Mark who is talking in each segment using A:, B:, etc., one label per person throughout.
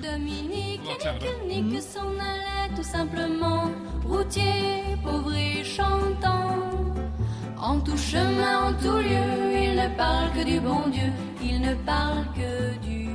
A: Dominique et Nick, Nick s'en allaient tout simplement, routier, pauvre et chantant. En tout chemin, en tout lieu, il ne parle que du bon Dieu, il ne parle que du bon Dieu.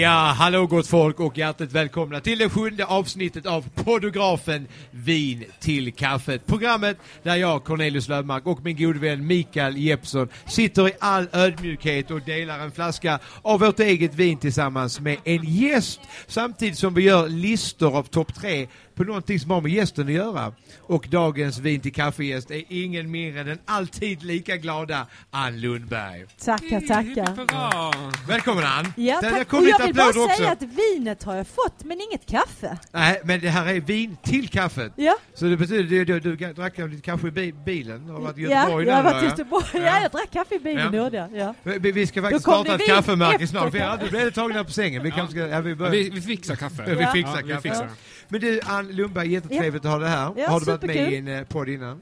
B: Ja, hallå gott folk och hjärtligt välkomna till det sjunde avsnittet av Podografen Vin till kaffet. Programmet där jag, Cornelius Löfmark och min gode vän Mikael Jeppsson sitter i all ödmjukhet och delar en flaska av vårt eget vin tillsammans med en gäst samtidigt som vi gör listor av topp tre på någonting som har med gästen att göra. Och dagens vin till kaffegäst är ingen mindre än den alltid lika glada Ann Lundberg.
C: Tackar, tackar.
D: Bra!
B: Välkommen Ann!
C: Ja,
B: Där- där
C: tack.
B: kom
C: Och
B: lite
C: jag vill bara
B: applåder
C: säga att vinet har jag fått, men inget kaffe.
B: Nej, men det här är vin till kaffet.
C: Ja,
B: Så det betyder du, du, du drack lite kanske i bi- bilen? Du har varit i
C: ja
B: Göteborg
C: jag har
B: där,
C: varit i
B: va?
C: Göteborg. Ja. jag drack kaffe i bilen,
B: Ja.
C: gjorde jag. Ja.
B: Vi- Vi, vi ska faktiskt
C: Då kom
B: starta
C: det
B: ett
C: vin
B: kaffemärke
C: efter
B: snart. Vi,
C: kaffe.
B: ja, du blev tagna på sängen. Vi kanske ska... Ja, vi börjar.
D: Vi, vi fixar kaffe.
B: Ja, vi fixar
D: Ja,
B: kaffe.
D: fixar.
B: Men du, Ann Lundberg, jättetrevligt att ha det här.
C: Ja,
B: har du varit med
C: superkul.
B: i en eh, podd innan?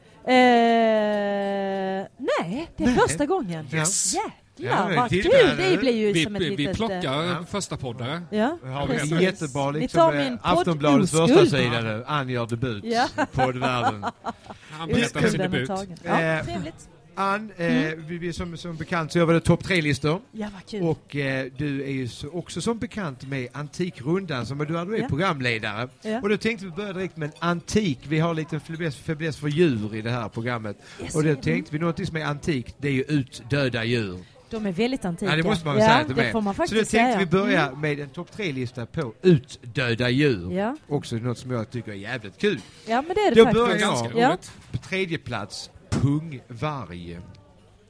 C: Eh, nej, det är första gången.
B: Yes. Ja,
C: Jäklar, vad
B: titta
C: kul!
B: nu.
C: Det blir ju
D: Vi,
C: som ett
D: vi,
C: litet...
D: vi
C: eh,
D: plockar
B: Ja.
D: första poddare.
C: Ja,
B: Har vi en
C: precis.
B: jättebra
C: Ni
B: liksom,
C: tar
B: eh,
C: min podd
B: Aftonbladets
C: oskuld.
B: första sida nu. Ann gör debut.
C: Ja.
B: Poddvärlden.
D: Han berättar om sin
C: Oskulden är
D: debut.
C: tagen.
B: Eh,
C: Ja, trevligt.
B: Ann, eh,
C: Mm.
B: vi, vi, som, som bekant så gör vi det topp tre-listor.
C: Ja, vad kul.
B: Och eh, du är ju så, också som bekant med Antikrundan, som du är, du är
C: Ja.
B: programledare.
C: Ja.
B: Och då tänkte vi börja direkt med en antik. Vi har lite fäbless- fäbless för djur i det här programmet.
C: Yes.
B: och då tänkte vi någonting som är antikt, det är ju utdöda djur.
C: De är väldigt antika.
B: Ja, det måste man väl
C: ja,
B: säga att de
C: det
B: är.
C: får man
B: Så då tänkte
C: faktiskt säga. Mm.
B: vi börja med en topp tre-lista på utdöda djur.
C: Ja.
B: Också något som jag tycker är jävligt kul.
C: Ja, men det är det
B: Då
C: faktiskt.
B: börjar jag.
C: Ja.
B: På tredje plats, pungvarg.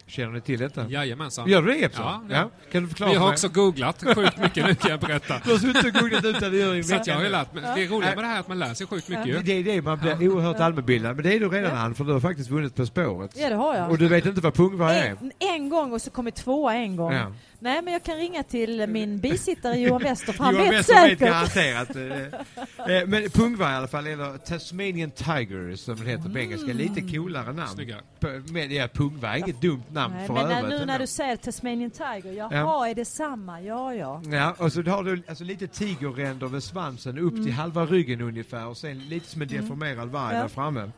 B: Känner ni till detta?
D: Jajamensan.
B: Gör du det Jeppsson?
D: Ja, ja.
B: Kan du förklara
D: Vi
B: för
D: har
B: mig?
D: också googlat sjukt mycket nu kan jag berätta.
B: Du har suttit och googlat utdöda djur i en
D: Så att jag har ju
B: vecka.
D: lärt mig. Det roliga med det här är att man lär sig sjukt mycket
B: Det
D: ju.
B: det är det, man blir oerhört allmänbildad. Men det är du redan Ann, för du har faktiskt vunnit På spåret.
C: Ja, det har jag. Eh,
B: Och du vet inte vad pungvarg är?
C: En, en gång och så kommer tvåa en gång.
B: Ja.
C: Nej, men jag kan ringa till min bisittare Johan Wester för han
B: Johan
C: vet
B: Wester vet
C: säkert.
B: garanterat. eh, eh, Men pungvarg i alla fall, eller Tasmanian Tiger som den heter
C: Mm.
B: på engelska. Lite coolare namn.
D: Snyggare.
B: P- Men ja, pungvarg är inget dumt namn
C: Nej,
B: för
C: men när,
B: övrigt
C: nu
B: ändå.
C: när du säger Tasmanian Tiger, jaha,
B: Ja.
C: är det samma? Ja, ja.
B: Ja, och så har du alltså lite tigerränder vid svansen upp till halva ryggen ungefär och sen lite som en deformerad varg
C: Ja.
B: där framme.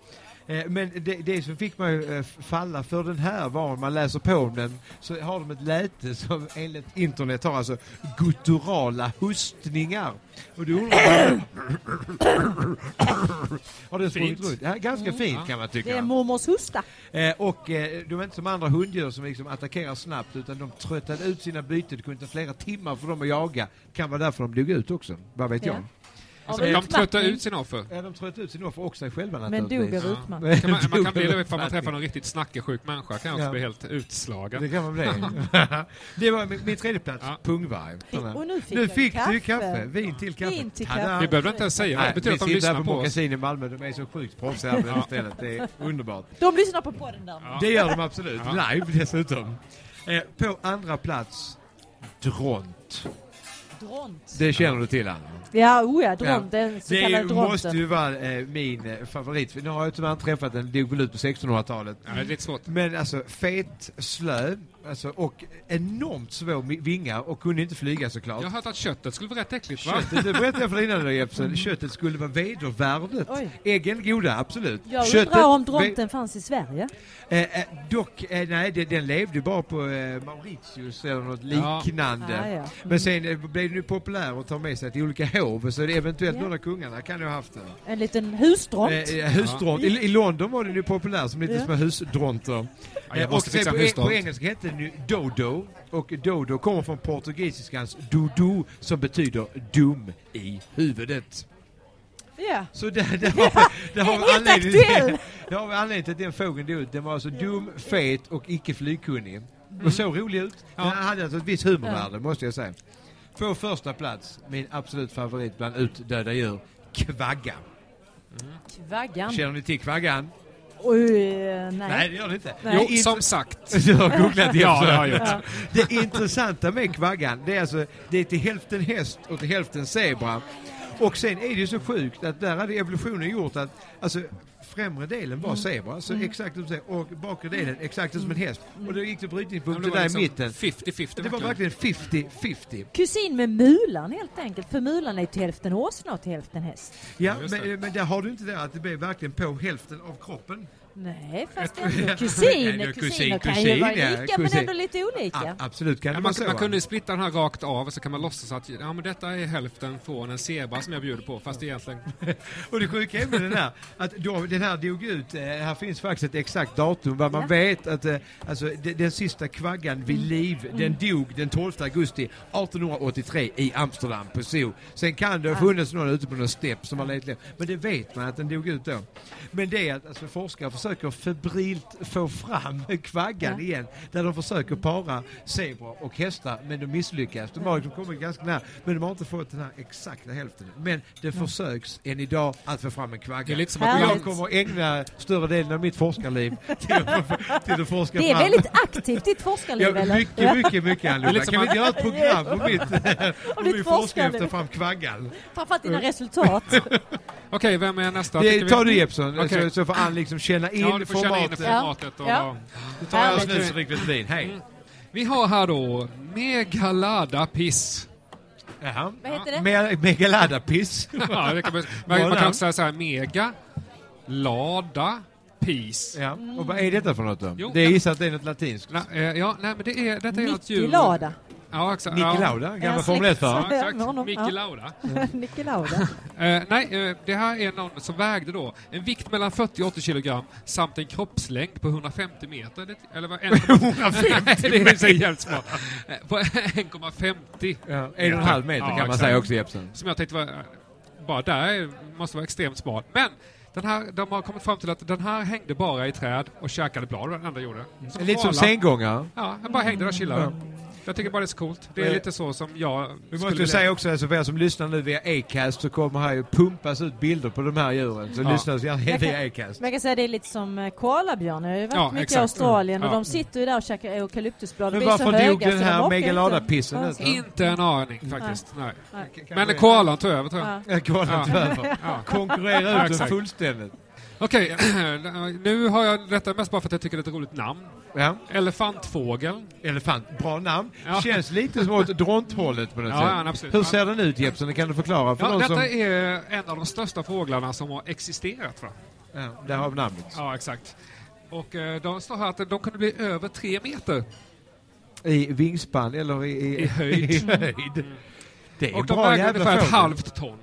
B: Eh, Men det, det som fick mig eh, falla för den här var, om man läser på om den, så har de ett läte som enligt internet har alltså gutturala hustningar. Och du undrar Har den sprungit runt? Ja, ganska fint kan man tycka.
C: Det är mormors hosta.
B: Eh, och eh, de är inte som andra hunddjur som liksom attackerar snabbt utan de tröttade ut sina byten. Det kunde ta flera timmar för dem att jaga. Kan vara därför de dog ut också. Vad vet
C: Ja.
B: jag?
D: Alltså, de tröttar ut sina offer.
B: Ja, de tröttade ut sina offer och sig själva
C: Men dog
B: naturligtvis.
C: av
D: Ja.
C: utmattning.
D: Kan man, man kan bli det
B: Dubbel
D: ifall man träffar
B: uppfattning.
D: någon riktigt snackesjuk människa. kan jag också
B: Ja.
D: bli helt
B: Det
D: utslagen.
B: kan man bli. det var min, min tredje plats.
D: Ja.
B: pungvarg.
C: Och nu fick
B: nu
C: jag
B: fick du
C: kaffe.
B: kaffe. Vin till kaffe.
C: Vin till
B: Tada!
C: kaffe.
D: Vi behöver inte ens säga vad det
B: Nej,
D: betyder
B: vi
D: att de
B: sitter här
D: lyssnar
B: på
D: på oss.
B: Magasin i Malmö. De är så sjukt proffsiga på det här stället. Det är underbart.
C: De lyssnar på podden där.
B: Det gör de absolut. Live dessutom. Eh, på andra plats, dront.
C: Dront.
B: Det känner du till, Anna?
C: Ja, oh ja, dront. Den så
B: Det
C: kallade
B: måste
C: dronten.
B: ju vara eh, min eh, favorit. Nu har jag tyvärr inte träffat den, dog väl ut på 1600-talet.
D: Ja, det är lite svårt.
B: Men alltså, fet, slö, Alltså, och enormt svår mi- vingar och kunde inte flyga såklart.
D: Jag har hört att köttet skulle vara rätt äckligt va?
B: Köttet, det berättade jag för dig innan då, Jepsen. Köttet skulle vara vedervärdigt.
C: Oj.
B: Äggen goda, absolut.
C: Jag
B: Köttet-
C: undrar
B: ve-
C: om dronten fanns i Sverige.
B: Eh, eh, dock, eh, nej, den, den levde bara på eh, Mauritius eller något
D: Ja.
B: liknande.
C: Ah, ja.
B: Men sen eh, blev den ju populär att ta med sig till olika hov, så det är eventuellt
C: Ja.
B: några av kungarna kan ju ha haft den.
C: En liten husdront.
B: Eh, eh, husdront. I, I London var den ju populär som lite
C: Ja.
B: små husdronter.
D: Ja, jag
B: Eh, och
D: måste
B: sen
D: fixa
B: på,
D: en husdront.
B: på engelska hette den ju Dodo, och Dodo kommer från portugisiskans Dodo som betyder dum i huvudet.
C: Ja.
B: Så där, där har, där har vi
C: helt
B: anledningen till,
C: aktuell.
B: där har vi anledningen till att den fågeln dog ut. Den var alltså dum, fet och icke flygkunnig. Och så rolig ut. Den
D: Ja.
B: hade alltså ett visst humorvärde, måste jag säga. På första plats, min absolut favorit bland utdöda djur, kvaggan.
C: Vaggan.
B: Känner ni till kvaggan?
C: Oj, eh, nej.
B: Nej, det gör ni inte.
C: Nej.
D: Jo,
B: Det är inte-
D: som sagt.
B: Du har googlat det
D: Ja, det har
B: också.
D: jag gjort.
B: Det intressanta med kvaggan, det är alltså, det är till hälften häst och till hälften zebra. Och sen är det ju så sjukt att där hade evolutionen gjort att, alltså främre delen
D: Mm.
B: var zebra, så exakt som du säger, och bakre delen exakt som en häst. Och då gick det
D: Men
B: brytningspunkt
D: det
B: till
D: var
B: där
D: liksom
B: i mitten.
D: 50-50
B: Det var verkligen 50-50.
C: Kusin med mulan helt enkelt, för mulan är till hälften åsna och till hälften häst.
B: Ja,
D: Ja, just det.
B: men, men där har du inte det att det blev verkligen på hälften av kroppen.
C: Nej, fast ändå kusiner,
B: Ja, kusin,
C: kusiner kan
B: kusin,
C: ju vara
B: ja,
C: lika men
B: kusin. Ah,
C: ändå lite
B: A-
C: olika.
B: absolut kan
D: Ja, man,
B: det vara så.
D: man
B: va?
D: kunde ju splitta den här rakt av och så kan man låtsas att ja, men detta är hälften från en zebra som jag bjuder på fast egentligen...
B: Och det sjuka är med den här, att då, den här dog ut, eh, här finns faktiskt ett exakt datum, vad man
C: Ja.
B: vet att eh, alltså, de, den sista kvaggan vid liv, den dog den 12 augusti 1883 i Amsterdam på zoo. Sen kan det ha funnits någon ute på någon stepp som har letat lä- men det vet man att den dog ut då. Men det är att alltså, forskare försöker febrilt få fram kvaggan
C: Ja.
B: igen, där de försöker para zebror och hästar, men de misslyckas. De har liksom kommit ganska nära, men de har inte fått den här exakta hälften. Men det försöks än idag att få fram en kvagga.
D: Det är lite som
C: att-
B: jag kommer att ägna större delen av mitt forskarliv till att, till att forska
C: Det är
B: fram...
C: väldigt aktivt ditt forskarliv
B: Ja,
C: eller?
B: mycket, mycket, mycket
D: Det är
B: annorlunda.
D: lite som
B: Kan vi
D: att-
B: inte göra ett program om mitt, om
C: ditt
B: min forskning
C: forskarliv.
B: efter fram kvaggan?
C: Framförallt dina resultat.
D: Okej, vem är nästa?
B: Det
D: Tycker vi-
B: tar du Jeppsson,
D: Okej.
B: så, så får Ann liksom känna in
D: Ja, du får känna in
B: formatet.
D: formatet. Och,
C: Ja.
B: Nu tar jag
C: Härligt.
B: snus och dricker lite vin.
D: Mm.
B: Hej!
D: Vi har här då Megaladapiss.
B: Jaha.
C: Vad heter det?
B: Mer- Megaladapiss.
D: Ja, det kan man, man, man kan också säga så här, mega, lada, pis.
B: Ja. Och vad är detta för något då?
D: Jo.
B: det är gissat att det är något latinskt.
D: Nej, eh, ja, nej, men det är, detta är något djur...
C: Nicky Lauda.
D: Ja, exakt.
B: Niki
D: ja.
B: Lauda,
C: Är
B: gammal
C: han
B: Formel 1
D: Ja,
B: förare.
D: exakt.
C: Ja, honom,
D: Micke
C: ja.
D: Lauda.
C: Nicky Lauda.
D: Eh, nej, eh, det här är någon som vägde då en vikt mellan 40 och 80 kilogram samt en kroppslängd på 150 meter. Det, eller vad? 150 Det är så jävligt smart. Eh, På 1,50.
B: Ja, en och en halv meter
D: Ja,
B: kan man
D: exakt.
B: säga också Jeppsson.
D: Som jag tänkte var, eh, bara där är- måste vara extremt smart. Men den här, de har kommit fram till att den här hängde bara i träd och käkade blad, vad den andra gjorde.
B: Mm. Lite som
D: koala.
B: sänggångare.
D: Ja, han bara hängde där och chillade. Jag tycker bara det är så coolt. Det är
B: Men-
D: lite så som jag
B: Eh, Vi måste ju säga också, alltså, för er som lyssnar nu via Acast så kommer här ju pumpas ut bilder på de här djuren. Så
D: Ja.
B: lyssna så gärna via Acast.
C: Men jag kan säga det är lite som eh, koalabjörn. Jag har ju varit
D: Ja,
C: mycket
D: exakt.
C: i Australien
D: Mm.
C: och
D: Ja.
C: de sitter ju där och käkar eukalyptusblad.
B: Men
C: De blir så
B: varför dog
C: höga
B: den
C: så de
B: här
C: orkar ju
B: megaladapissen
C: inte.
B: ut då?
D: Inte en aning
B: Mm.
D: faktiskt. Nej.
B: Kan-
D: Men koalan tog över tror jag.
C: Ja.
B: Jag kollar inte över.
D: Ja.
B: Konkurrera ut den
D: Exakt.
B: fullständigt.
D: Okej, nu har jag detta mest bara för att jag tycker det är ett roligt namn.
B: Ja.
D: Elefantfågeln.
B: Elefant, bra namn.
D: Ja.
B: Känns lite som åt dronthållet på något
D: Ja,
B: sätt.
D: ja, absolut.
B: Hur ser den ut Jeppsson? Det kan du förklara för
D: Ja,
B: någon
D: detta
B: som...
D: är en av de största fåglarna som har existerat. Va?
B: Ja, där har vi namnet.
D: Ja, exakt. Och eh, de står här att de kunde bli över tre meter.
B: I vingspann eller i...
D: I höjd. Mm.
B: i höjd. Det är en
D: Och de
B: bra
D: vägde
B: jävla
D: ungefär
B: fågel.
D: ett halvt ton.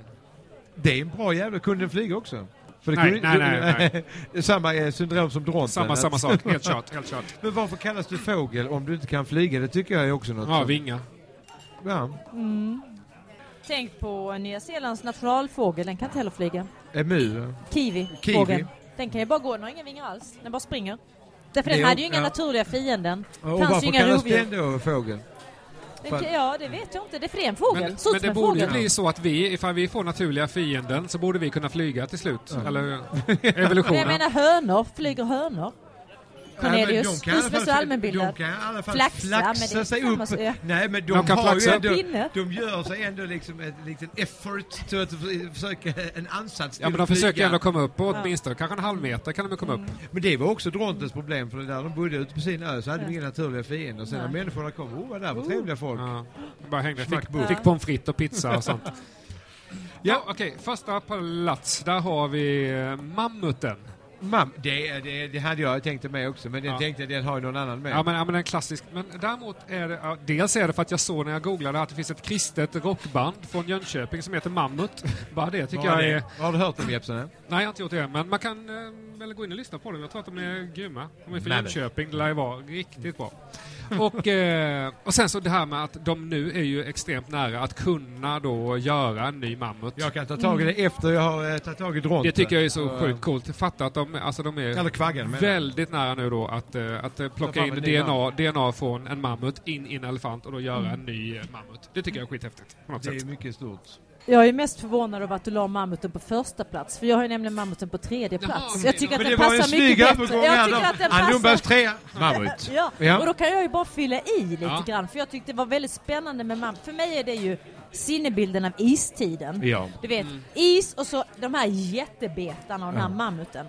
B: Det är en bra jävla... Kunde den flyga också? För det
D: Nej,
B: kunde-
D: nej, nej,
B: Det är Samma eh, syndrom som dronten.
D: Samma,
B: att-
D: samma sak. Helt kört, helt kört.
B: Men varför kallas du fågel om du inte kan flyga? Det tycker jag är också något.
D: Ja,
B: som-
D: vingar.
B: ja.
C: Tänk på Nya Zeelands nationalfågel, den kan inte heller flyga.
B: Emu.
C: Kiwi,
B: Kiwi.
C: fågeln. Den kan ju bara gå, den har inga vingar alls. Den bara springer. Därför den
B: Jo,
C: hade ju inga
B: ja.
C: naturliga fienden.
B: Ja, Och
C: fanns ju
B: varför
C: inga
B: kallas
C: rovdjur.
B: den då fågel?
C: Den
B: för-
C: kan- Ja, det vet jag inte. Det är för det är en fågel.
D: Men,
C: Ser ut
D: men
C: som
D: det
C: en
D: borde ju
C: fågel.
D: bli så att vi, ifall vi får naturliga fienden, så borde vi kunna flyga till slut. Eller evolutionen.
C: Men jag menar hönor, flyger hönor? Cornelius,
B: de kan i alla
C: husmöss
B: fall-
C: och allmänbildad.
B: De kan i alla fall
C: Flaxa,
B: flaxa,
C: men det är
B: sig
C: samma
B: upp.
C: sak.
B: Nej, men de,
D: De kan
B: har
D: flaxa.
B: ju ändå,
C: Pinne.
B: de gör sig ändå liksom ett litet effort till att försöka en ansats till
D: Ja, men de
B: att
D: försöker
B: flyga.
D: ändå komma upp på åtminstone, kanske en halv meter kan de komma upp.
B: Men det var också Drontens problem, för där de bodde ute på sin ö så hade de inga naturliga fiender. Sen när
C: Nej.
B: människorna kom, oh vad där var trevliga folk.
D: Ja. Bara hängde. Fick,
B: Smackbo.
D: fick pommes frites och pizza och sånt. Ja, okej. Första plats, där har vi eh, mammuten.
B: Mam, det, det, det hade jag tänkt mig också, men den
D: Ja.
B: tänkte jag, den har ju någon annan med.
D: Ja men, ja, men en klassisk. Men däremot är det, ja, dels är det för att jag såg när jag googlade att det finns ett kristet rockband från Jönköping som heter Mammut. Bara det tycker
B: Vad har
D: jag
B: det-
D: är... Mm.
B: Har du hört om Jeppsen?
D: Nej, jag har inte gjort det än, men man kan eh, väl gå in och lyssna på dem. Jag tror att de är grymma. De är från
B: Mammut.
D: Jönköping, det lär ju vara riktigt bra.
B: Mm.
D: Och, eh, och sen så det här med att de nu är ju extremt nära att kunna då göra en ny Mammut.
B: Jag kan ta tag i det efter jag har eh, tagit tag i Dronten.
D: Det tycker jag är så
B: Och,
D: sjukt coolt. Fatta att de, alltså de är...
B: Eller kvaggen menar jag.
D: Väldigt nära nu då att, eh, att eh,
B: Ta
D: plocka
B: fram
D: in
B: en ny
D: DNA, DNA från en mammut in i en elefant och då göra
C: Mm.
D: en ny eh, mammut. Det tycker jag är skithäftigt på något
B: Det är
D: sätt.
B: mycket stort.
C: Jag är mest förvånad över att du la mammuten på första plats, för jag har ju nämligen mammuten på tredje
D: Jaha,
C: plats.
D: okej.
C: Jag tycker att
B: Men det
C: den
B: var en
C: passar mycket
B: snygg
C: bättre.
B: övergång
C: Jag tycker att den
B: Ann Lundbergs
C: passar.
B: trea, Mammut.
C: Ja.
B: Ja.
C: och då kan jag ju bara fylla i lite
D: Ja.
C: grann, för jag tyckte det var väldigt spännande med mammut. För mig är det ju sinnebilden av istiden.
B: Ja.
C: Du vet, is och så de här jättebetarna och den här mammuten.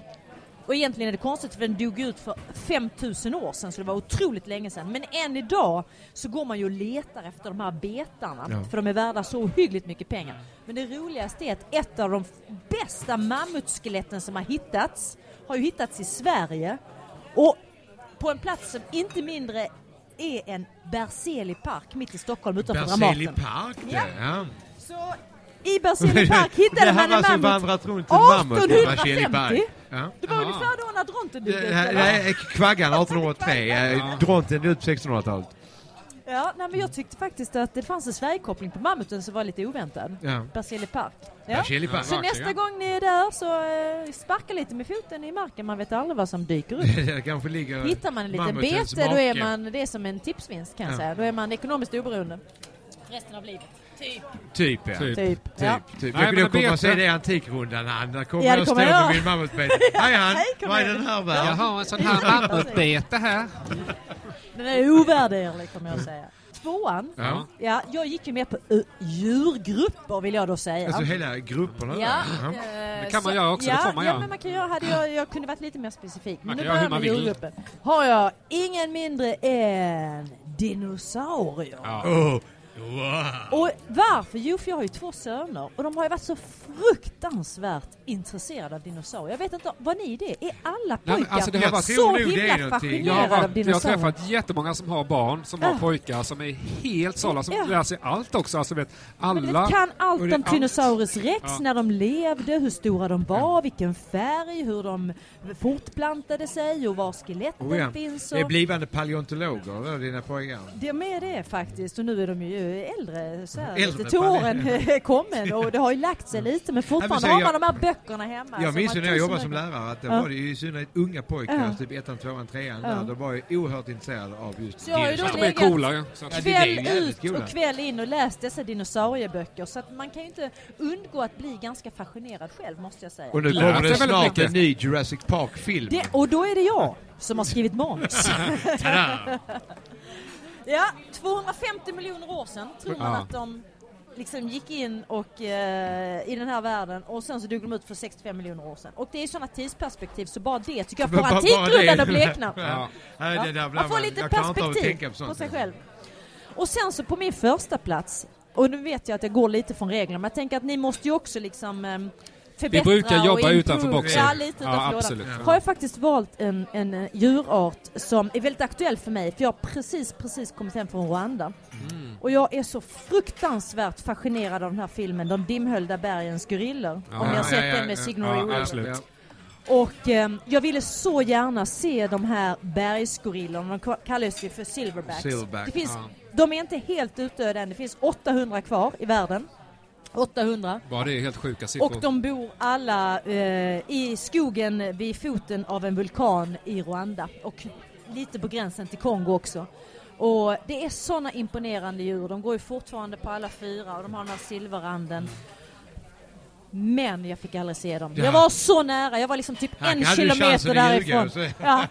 C: Och egentligen är det konstigt för den dog ut för 5000 år sedan så det var otroligt länge sedan. Men än idag så går man ju och letar efter de här betarna
B: Ja.
C: för de är värda så ohyggligt mycket pengar. Men det roligaste är att ett av de f- bästa mammutskeletten som har hittats har ju hittats i Sverige och på en plats som inte mindre är en Berzelii park mitt i Stockholm utanför
B: Berzelii
C: Dramaten.
B: park det. Ja.
C: Så i Berzelii park hittade
B: Det
C: man
B: här
C: en
B: har
C: mammut.
B: alltså vandrat runt en mammut i Berzelii park.
C: 1850.
B: Ja.
C: Det var
D: Ja.
C: ungefär då när Dronten dök upp.
B: Det-
C: eller?
B: Nej, Kvaggan 1803, eh, Dronten ut på 1600-talet.
C: Ja, nej, men jag tyckte faktiskt att det fanns en Sverigekoppling på mammuten som var lite oväntad.
B: Ja.
C: Berzelii park. Ja.
B: Berzelii park.
C: Så nästa gång ni är där så eh, sparka lite med foten i marken, man vet aldrig vad som dyker upp.
B: Det kanske ligger
C: Hittar man en liten
B: mammutens
C: bete då är
B: make.
C: man, det är som en tipsvinst kan jag
B: Ja.
C: säga, då är man ekonomiskt oberoende. Resten av livet. Typ.
B: Typ, ja.
D: Typ.
B: Typ.
C: Typ. Ja.
B: typ.
D: Nej,
B: Nej,
D: men
B: då kommer
D: bete-
B: man se det i Antikrundan, Ann. Där kommer
C: Ja, det
B: jag stå
C: kommer jag.
B: med min mammut Hej han,
C: Hej, kommer
B: vad är
C: jag.
B: den här
D: Jag
B: värd?
D: har en sån här mammutbete
C: Eh,
D: här.
C: Den är ovärderlig kommer jag säga. Tvåan.
B: Ja.
C: Ja, jag gick ju med på eh, djurgrupper vill jag då säga.
B: Alltså hela grupperna där.
C: Ja,
B: Ja.
C: eh,
D: Det kan man
C: så-
D: göra också,
C: ja,
D: det får man
C: ja,
D: göra.
C: Men man kan göra, hade jag, jag kunde varit lite mer specifik.
D: Man
C: Men nu
D: kan göra hur
C: börjar
D: man
C: med
D: vill.
C: djurgruppen. Har jag ingen mindre än dinosaurier.
B: Oh, wow.
C: Och varför? Jo, för jag har ju två söner och de har ju varit så fruktansvärt intresserade av dinosaurier. Jag vet inte, var ni det? Är alla
D: men
C: pojkar
D: alltså, det har varit-
B: Jo,
C: så
B: nu, det är
C: himla
B: någonting.
D: Jag har,
C: fascinerade av
D: varit, jag har
C: dinosaurier?
D: träffat jättemånga som har barn som har
C: Ja.
D: pojkar som är helt sålla, som
C: Ja.
D: lär sig allt också. Alltså vet,
C: Men du
D: alla...
C: vet, kan allt
D: och det är
C: om Tyrannosaurus rex,
D: Ja.
C: när de levde, hur stora de var, vilken färg, hur de fortplantade sig och var skeletten
B: Oh, ja.
C: finns.
B: Det är
C: Och...
B: blivande paleontologer, då, dina pojkar.
C: Det med det faktiskt och nu är de ju äldre så här,
B: Äldre,
C: lite till åren är kommen och det har ju lagt sig lite
B: Nej,
C: men
B: men så
C: fortfarande
B: jag-
C: har man de här böckerna hemma.
B: Jag
C: som
B: minns
C: har
B: ju när jag jobbade som
C: tusen-
B: lärare att då
C: Ja.
B: var det ju i synnerhet unga pojkar,
C: Ja.
B: typ ettan, tvåan, trean,
C: Ja.
B: där, de var ju oerhört intresserade av just
C: Så jag har ju då
D: De är
B: dinosaurier.
C: legat-
D: coola ju. Så-
B: Ja, det- är ju
C: kväll
B: jävligt
C: ut
B: kul.
C: och kväll in och läst dessa dinosaurieböcker så att man kan ju inte undgå att bli ganska fascinerad själv måste jag säga.
B: Och nu
D: Lät
B: kommer
D: det
B: det
D: väldigt
B: snart
D: mycket.
B: en ny Jurassic Park-film.
C: Det, och då är det jag som har skrivit manus.
B: Tada!
C: Ja, 250 miljoner år sedan tror man
D: Ja.
C: att de liksom gick in och, eh, i den här världen och sen så dog de ut för 65 miljoner år sedan. Och det är ju sådana tidsperspektiv så bara det tycker jag
B: Bara-
C: får
B: bara- bara
C: antikrundan
B: det.
C: att blekna.
D: Ja.
B: Nej, det där blir
C: Man får lite
B: jag klarar inte av att tänka
C: perspektiv
B: på
C: på,
B: sånt.
C: sig själv. Och sen så på min första plats och nu vet jag att jag går lite från reglerna men jag tänker att ni måste ju också liksom ehm, förbättra
D: brukar
C: och
D: jobba
C: improve.
D: utanför boxen.
C: Ja, lite
D: Ja,
C: utanför lådan.
D: absolut.
C: Har jag faktiskt valt en, en eh, djurart som är väldigt aktuell för mig för jag har precis, precis kommit hem från Rwanda.
B: Mm.
C: Och jag är så fruktansvärt fascinerad av den här filmen De dimhöljda bergens gorillor.
D: Ja,
C: om ni
D: ja,
C: har sett
B: ja,
C: den med
B: ja,
C: Sigourney
D: ja,
C: Weaver.
D: absolut.
C: Och ehm, jag ville så gärna se de här bergsgorillorna, de k- kallas ju för silverbacks.
B: Silverback,
C: det finns,
D: ja.
C: De är inte helt utdöda än, det finns 800 kvar i världen. 800.
D: Bara det är helt sjuka
B: typ
D: siffror.
C: Och de bor alla eh, i skogen vid foten av en vulkan i Rwanda och lite på gränsen till Kongo också. Och det är sådana imponerande djur, de går ju fortfarande på alla fyra och de har den här silverranden. Men jag fick aldrig se dem.
B: Ja.
C: Jag var så nära, jag var liksom typ
B: Här
C: en
B: hade du
C: kilometer
B: chansen att ljuga,
C: därifrån. Ja.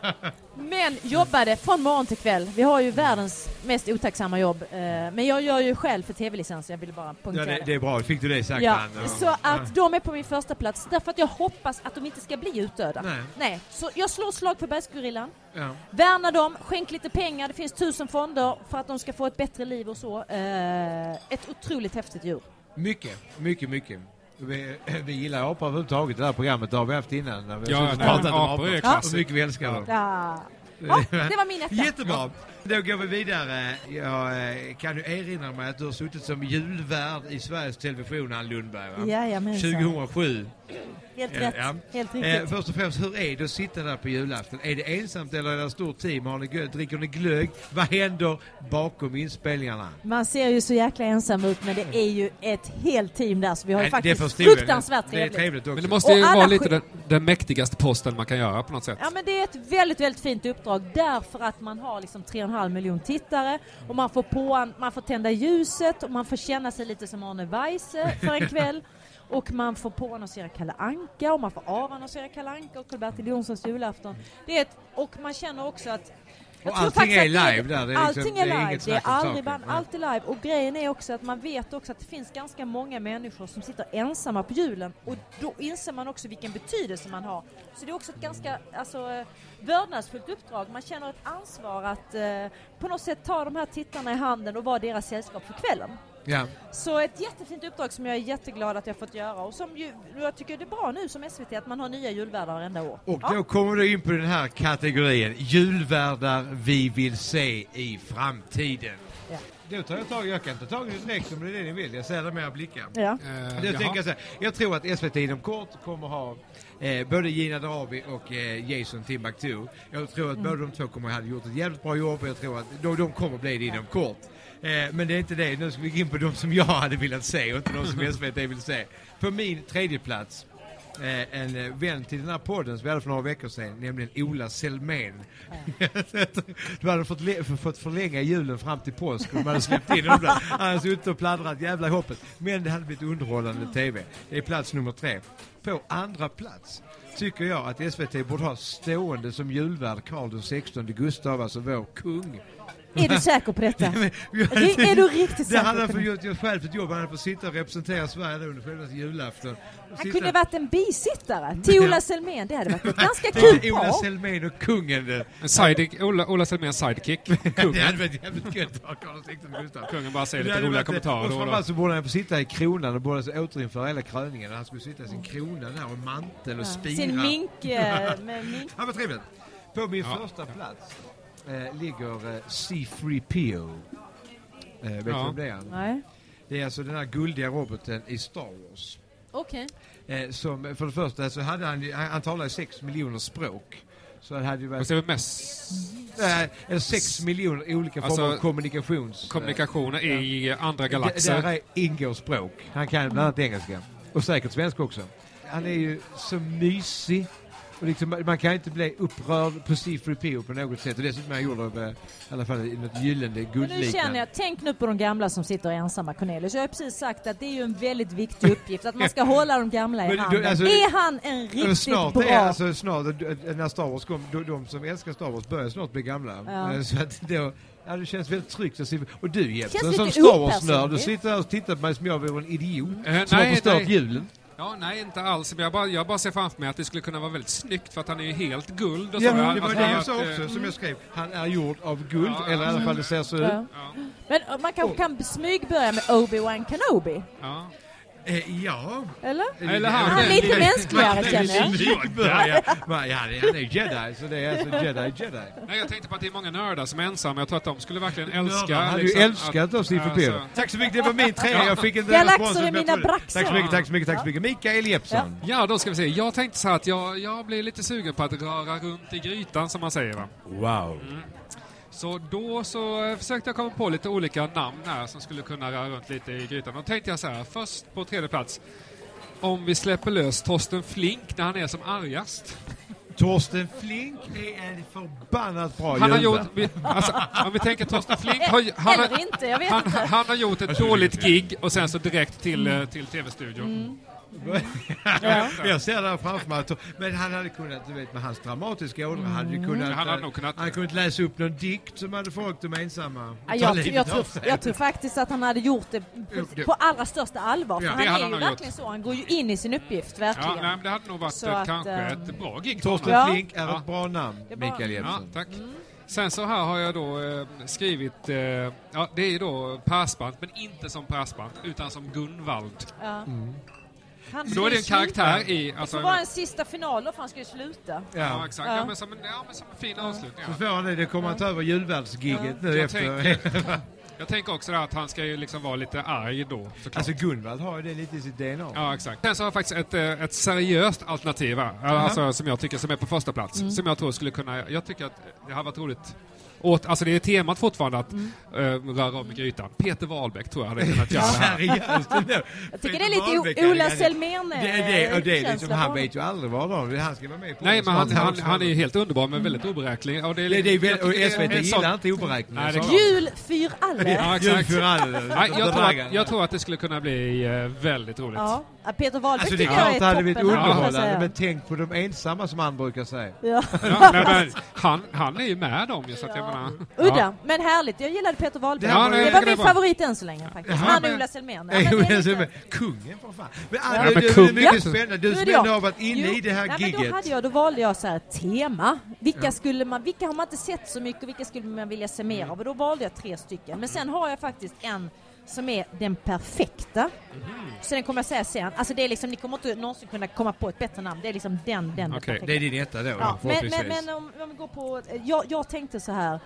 C: Men jobbade från morgon till kväll. Vi har ju världens mest otacksamma jobb. eh, Men jag gör ju själv för tv-licensen, jag ville bara
B: Ja,
C: punktera
B: det, det är bra, fick du det sagt
C: Ja,
B: Anna?
C: så att de är på min första plats därför att jag hoppas att de inte ska bli utdöda.
B: Nej.
C: så jag slår slag för bergsgorillan.
B: Ja.
C: Värna dem, skänk lite pengar, det finns tusen fonder för att de ska få ett bättre liv och så. Eh, ett otroligt häftigt djur.
B: Mycket, mycket, mycket. Vi, vi gillar apor överhuvudtaget, det här programmet, det har vi haft innan. När vi
D: Ja,
B: har
D: nej,
B: pratat om
D: apor
B: apor.
D: är
B: Och
D: klassiskt.
B: mycket vi älskar dem.
C: Ja. Ja, det var min etta.
B: Jättebra! Då går vi vidare. Jag eh, kan ju erinra mig att du har suttit som julvärd i Sveriges Television, Ann Lundberg, va?
C: Jajamensan.
B: 2007.
C: Helt
B: Eh,
C: rätt.
B: ja.
C: Helt
B: Eh,
C: riktigt.
B: först och främst, hur är det att sitta där på julafton? Är det ensamt eller är det ett stort team? Har ni, glögg- dricker ni glögg? Vad händer bakom inspelningarna?
C: Man ser ju så jäkla ensam ut men det är ju ett helt team där så vi har ju
B: Nej,
C: faktiskt
B: förstår jag.
C: fruktansvärt
B: Det är
C: trevligt.
B: trevligt också.
D: Men det måste ju
C: Och alla
D: vara lite
C: skit-
D: den, den mäktigaste posten man kan göra på något sätt.
C: Ja men det är ett väldigt, väldigt fint uppdrag därför att man har liksom 3,5 miljon tittare och man får, på en, man får tända ljuset och man får känna sig lite som Arne Weise för en kväll. Och man får påannonsera Kalle Anka och man får avannonsera Kalle Anka och Karl-Bertil Jonssons julafton. Det är ett, och man känner också att jag
B: Och
C: tror
B: allting
C: faktiskt
B: är
C: att det
B: live där, det är
C: allting
B: liksom-
C: är
B: det är
C: live.
B: inget
C: Det är
B: snack om
C: aldrig
B: saken.
C: band,
B: Nej.
C: allt är live. Och grejen är också att man vet också att det finns ganska många människor som sitter ensamma på julen. Och då inser man också vilken betydelse man har. Så det är också ett ganska alltså, eh, vördnadsfullt uppdrag. Man känner ett ansvar att eh, på något sätt ta de här tittarna i handen och vara deras sällskap för kvällen.
B: Ja.
C: Så ett jättefint uppdrag som jag är jätteglad att jag fått göra och som ju, jag tycker det är bra nu som SVT att man har nya julvärdar varenda år.
B: Och
C: Ja.
B: då kommer du in på den här kategorin, julvärdar vi vill se i framtiden.
C: Ja.
B: Då tar jag tag, jag kan ta tag i det direkt om det är det ni vill, jag ser det med era blickar.
C: Ja.
D: Eh,
B: Jag,
D: jaha.
B: tänker så här, jag tror att SVT inom kort kommer ha eh, både Gina Drabi och eh, Jason Timbuktu. Jag tror
C: Mm.
B: att båda de två kommer ha gjort ett jävligt bra jobb och jag tror att de, de kommer bli det inom kort. Eh, men det är inte det, nu ska vi gå in på de som jag hade velat se och inte de som SVT vill se. På min tredje plats Eh, en eh, vän till den här podden som vi hade för några veckor sedan, nämligen Ola Selmén. du hade fått, le- f- fått förlänga julen fram till påsk om man hade släppt in honom där. Han hade suttit och pladdrat jävla i hoppet. Men det hade blivit underhållande TV. Det är plats nummer tre. På andra plats tycker jag att SVT borde ha stående som julvärd Karl den 16 Gustav, alltså vår kung.
C: Är du säker på detta?
B: Men vi hade-
C: Är du riktigt
B: Det
C: säker
B: hade han
C: på
B: fått
C: det?
B: gjort gjort själv ett jobb, han hade fått sitta och representera Sverige då under självaste julafton.
C: Han
B: Sitta-
C: kunde varit en bisittare till
B: Ja.
C: Ola Selmén. Det hade varit ett ganska kul
B: Ola
C: par.
B: Selmén och kungen.
D: En sidekick, Ola, Ola Selmén sidekick.
B: Det
D: Kungen.
B: hade varit jävligt gött att ha Carl Sixten Gustaf.
D: Kungen bara säger
B: Det
D: lite
B: hade
D: roliga
B: varit-
D: kommentarer
B: Och
D: då och då.
B: framförallt så borde han få sitta i kronan och borde alltså återinföra hela kröningen. Han skulle sitta i sin krona där och mantel och spira.
C: Sin mink, eh, med mink.
B: Ja, vad trevligt. På min
D: Ja.
B: första plats eh, ligger eh, C3PO. Eh, vet du
D: Ja.
B: vem det är?
C: Nej.
B: Det är alltså den här guldiga roboten i Star Wars.
C: Okej.
B: Eh, som, för det första så hade han, ju- han, han talade sex miljoner språk. Så det hade ju
D: Och
B: varit
D: så är det mest
B: Nej, eller sex miljoner olika former
D: Alltså,
B: av kommunikations...
D: kommunikationer i andra
B: D- Där
D: galaxer.
B: är ingår språk. Han kan bland annat engelska. Och säkert svenska också. Han är ju så mysig. Och liksom, man kan inte bli upprörd på Steve Pio på något sätt. Och dessutom är han gjord av eh, i alla fall i något gyllene
C: Men nu känner
B: guldliknande.
C: jag, tänk nu på de gamla som sitter ensamma Cornelius. Jag har precis sagt att det är ju en väldigt viktig uppgift att man ska hålla de gamla i
B: Men du-
C: handen.
B: alltså-
C: är han en
B: Och
C: riktigt
B: snart
C: bra...
B: Är, alltså, snart, d- d- när Star Wars kom, de, de som älskar Star Wars börjar snart bli gamla.
C: Ja.
B: Eh, Så att då, ja, det känns väldigt tryggt att se. Och du Jeppsen,
C: Känns
B: som
C: lite
B: Star Wars-nörd, du
C: opersonligt.
B: sitter här och tittar på mig som jag vore en idiot
D: Eh,
B: som har
D: nej,
B: förstört
D: nej. Alltså,
B: julen.
D: Ja, nej, inte alls. Men Jag bara, jag bara ser framför mig att det skulle kunna vara väldigt snyggt för att han är ju helt guld. Och så.
B: Ja,
D: Han-
B: det var
D: alltså,
B: det jag
D: att,
B: sa
D: eh,
B: också, som jag skrev. Han är gjord av guld,
D: Ja,
B: eller i alla fall det ser så ut.
C: Ja. Men eh, man kanske kan smygbörja med Obi-Wan Kanobi?
D: Ja.
B: Eh, ja.
C: Eller?
D: Eller han.
C: Han är lite mänskligare känner jag.
B: Smygbörja. Men, ja, det- han är jedi, så det är alltså jedi, jedi.
D: Nej, jag tänkte på att det är många nördar som är ensamma. Jag tror att de skulle verkligen älska...
B: Han hade ju
D: liksom,
B: älskat oss i
D: alltså,
B: alltså. Tack så mycket, det var min trea. Jag fick inte
C: Galaxer
B: responsen som
C: är
B: jag
C: mina
B: trodde.
C: braxer.
B: Tack så mycket, tack så mycket, tack så mycket. Mikael Jeppsson.
D: Ja, då ska vi se. Jag tänkte så här att jag, jag blir lite sugen på att röra runt i grytan, som man säger. Va?
B: Wow.
D: Så då så eh, försökte jag komma på lite olika namn här som skulle kunna röra runt lite i grytan. Då tänkte jag så här, först på tredje plats. Om vi släpper lös Torsten Flink när han är som argast.
B: Torsten Flink är en förbannat bra
D: Han har gjort,
B: julvärd.
D: vi, alltså, om vi tänker Torsten Flink har ju- han,
C: Eller
D: har-
C: inte, Mm. jag vet
D: han,
C: inte. Mm,
D: han har gjort ett dåligt gig och sen så direkt till, eh, till TV-studion.
B: Jag ser det här framför mig. Men han hade kunnat, du vet med hans dramatiska ådra, hade ju kunnat...
D: Mm. Han hade nog kunnat-
B: Han kunde inte läsa upp någon dikt som hade folk de ensamma
C: Ja,
B: ta
C: Jag,
B: livet
C: jag,
B: av
C: tror,
B: sig.
C: jag tror faktiskt att han hade gjort det på,
B: det-
C: på allra största allvar. För
B: Ja,
C: han
D: det hade
C: är
D: han
C: ju
D: nog
C: verkligen
D: gjort.
C: så. Han går ju in i sin uppgift,
D: Ja,
C: verkligen.
D: nej, men det hade nog varit
C: Så
D: ett,
C: att,
D: kanske
C: ehm,
D: ett bra gig för
B: Torsten
D: honom.
C: Ja. Mm.
B: Flink är
D: Ja.
B: ett bra namn,
C: är bra.
B: Mikael
D: Ja,
B: Jeppsson.
D: tack. Sen så här har jag då eh, skrivit, eh, ja det är ju då persband, men inte som persband, utan som Gunvald.
C: Ja. Han
D: Men då är det en
C: skulle ju
D: karaktär
C: sluta.
D: i...
C: Det
D: Alltså,
C: får vara en sista final då, för han ska ju sluta.
D: ja,
B: Ja.
D: exakt.
C: Ja.
D: Ja, men som en, ja, men som en fin avslutning.
B: Så
D: Ja.
B: får han det, det kommer att ta över julvärldsgiget nu
D: Jag
B: efter.
D: Jag tänker också det här att han ska ju liksom vara lite arg då, såklart.
B: Alltså Gunvald har ju det lite i sitt DNA.
D: Ja, exakt. Sen så har jag faktiskt ett, eh, ett seriöst alternativ här, alltså, som jag tycker som är på första plats.
C: Mm.
D: Som jag tror skulle kunna... Jag tycker att det har varit roligt. Åt, alltså det är temat fortfarande att
C: Mm.
D: eh, röra om i grytan. Peter Wahlbeck tror jag hade kunnat göra det här.
B: Seriöst ändå.
C: Jag tycker det är lite
B: Wahlbeck,
C: O- Ola
B: Alexander.
C: Selmén eh,
B: Det är det, och det är liksom,
C: känsla
B: han
C: på honom.
B: vet ju aldrig vad de han ska vara med på.
D: Nej,
B: det.
D: men han,
B: Smart
D: han,
B: House.
D: han är ju helt underbar
C: Mm.
D: men väldigt oberäklig. Och det är,
B: Det, det är väl,
D: jag
B: och
D: tycker det är
B: SVT
D: en sån-
B: gillar inte oberäkneliga
D: Nej, det är
B: saker.
D: klart.
C: Jul för alla!
D: Ja, exakt.
B: Jul för alla.
D: Nej, jag, tror att, jag tror att det skulle kunna bli eh, väldigt roligt.
C: Ja. Ja, Peter Wahlbeck
B: Alltså det är
C: tycker jag
B: klart
C: är
B: det hade blivit
C: toppen, här, måste jag
B: underhållande,
C: säga.
B: men tänk på de ensamma som han brukar säga.
C: Ja.
D: Ja, men, men, han, han är ju med dem ju, så att jag menar...
C: Udda,
D: Ja.
C: men härligt. Jag gillade Peter Wahlberg.
D: Ja, nej,
C: det
D: jag
C: var
D: tycker
C: min
D: det är bra.
C: favorit än så länge faktiskt.
D: Jaha,
C: Han och
D: men-
C: Ola Selmén. Ja,
B: Nej,
C: men det är
B: Ola
C: lite-
B: Selmén. alltså, Kungen för fan. Men,
D: Ja,
B: Anna,
D: men
B: du, du är
D: kungen-
B: mycket
D: Ja.
B: spännande. Du
C: Nu är
B: som
C: det jag.
B: ändå har varit inne
C: Jo,
B: i det här
C: nej, Men
B: giget.
C: då, hade jag, då valde jag så här, tema. Vilka, skulle man, vilka har man inte sett så mycket och vilka skulle man vilja se
B: Mm.
C: mer av? Och då valde jag tre stycken. Men sen har jag faktiskt en som är den perfekta.
B: Mhm.
C: Så den kommer jag säga sen. Alltså det är liksom, ni kommer inte någonsin kunna komma på ett bättre namn. Det är liksom den, den,
D: Okej,
C: den
B: Det är
C: perfekta.
B: din etta då,
C: Ja, men,
B: förhoppningsvis.
C: men, men om, om vi går på, jag, jag tänkte så här.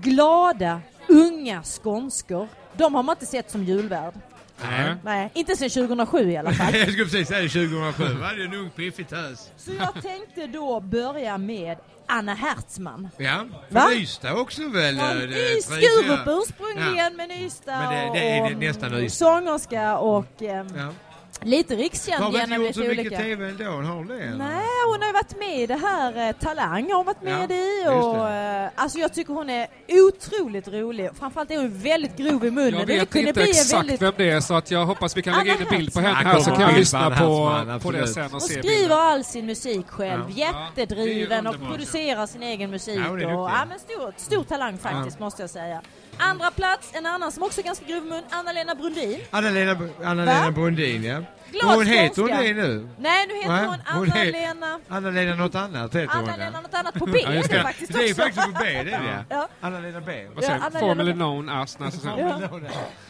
C: Glada, unga skånskor. De har man inte sett som julvärd.
B: Äh?
D: Nej.
C: Nej, inte sedan 2007 i alla fall.
B: Jag skulle precis säga 2007. Var det en ung piffig tös?
C: Så jag tänkte då börja med Anna Hertzman.
B: Ja,
C: Va?
B: från Ystad också väl? eh,
C: Från
B: det-
C: i Skurup ursprungligen, men Ystad
B: Men det- det är
C: och
B: det nästan Ystad. Mm.
C: sångerska och eh,
B: Ja.
C: lite
B: Ja.
C: rikskänd
B: Har inte
C: genom
B: gjort så
C: lite
B: mycket
C: olika.
B: TV ändå? Har du det? eller?
C: Nej, hon har ju varit med i det här eh, Talang har hon varit med
B: Ja,
C: i
B: just
C: och eh, alltså jag tycker hon är otroligt rolig. Framförallt är hon väldigt grov i munnen.
D: Jag
C: Det
D: vet
C: kunde
D: inte
C: bli en
D: exakt
C: väldigt-
D: vem det är så att jag hoppas vi kan lägga in en bild på henne
B: Anna
D: här så
B: Hertzman.
D: kan jag
B: Ja,
D: lyssna
B: Hertzman,
D: på,
B: Hertzman,
D: på det
B: absolut.
D: sen och
C: Hon
D: se
C: skriver all sin musik själv, jättedriven
D: Det är
C: och
D: underbart,
C: producerar sin egen musik.
B: Ja, hon är
C: och,
B: duktig.
C: ja, men stor, stor talang faktiskt, måste jag säga. Andra plats, en annan som också är ganska grov i mun, Anna-Lena Brundin.
B: Anna-Lena Anna
C: Va?
B: Brundin, ja.
C: Glad
B: hon heter hon
C: skånska.
B: det nu?
C: Nej, nu heter
B: Nej,
C: hon
B: hon är-
C: Anna-Lena...
B: Anna-Lena något annat heter hon.
C: Anna-Lena något annat på B
D: Ja,
C: är
D: just
C: det
D: det.
C: faktiskt
B: Det är
C: också.
B: faktiskt på B, det är det.
D: Ja.
B: ja. Anna-Lena B.
D: Vad säger
C: Ja, Anna
D: jag? Formerly
C: Lena-
D: known as. Nästa säsong.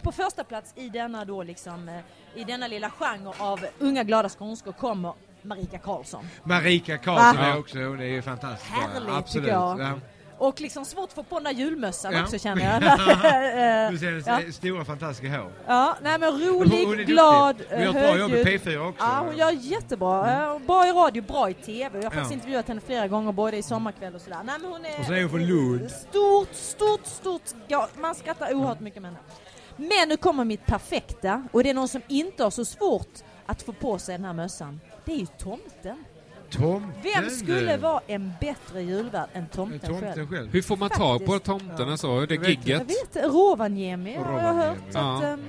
C: På första plats i denna då liksom, eh, i denna lilla genre av unga glada skånskor kommer Marika Karlsson.
B: Marika Karlsson
C: Va?
B: är också, hon är ju fantastisk.
C: Härligt
B: Absolut.
C: tycker jag.
B: Ja.
C: Och liksom svårt att få på den där julmössan
B: Ja.
C: också känner jag.
B: Du ser hennes
C: Ja.
B: eh, stora fantastiska hår.
C: Ja, nej men
B: Hon- hon är
C: rolig,
B: duktig.
C: glad,
B: Hon gör
C: eh,
B: ett bra jobb i
C: högljudd.
B: P4 också. Mm.
C: Ja, hon gör jättebra. Eh, Bra i radio, bra i TV. Jag har faktiskt
B: Ja.
C: intervjuat henne flera gånger, både i Sommarkväll och sådär. Nej, men hon är...
B: Och så är hon från Lund. Mm.
C: Stort, stort, stort... Ja, man skrattar oerhört mycket med henne. Men nu kommer mitt perfekta, och det är någon som inte har så svårt att få på sig den här mössan. Det är ju tomten.
B: Tomten.
C: Vem skulle
B: du.
C: vara en bättre julvärd än tomten,
B: Tomten
C: själv?
B: själv.
D: Hur får man tag på
C: Faktiskt.
D: tomten alltså? Det
B: Jag vet inte.
C: Jag
D: gigget?
C: vet Rovaniemi har jag
B: Rovaniemi.
C: hört. Så att,
D: Ja.
C: ehm,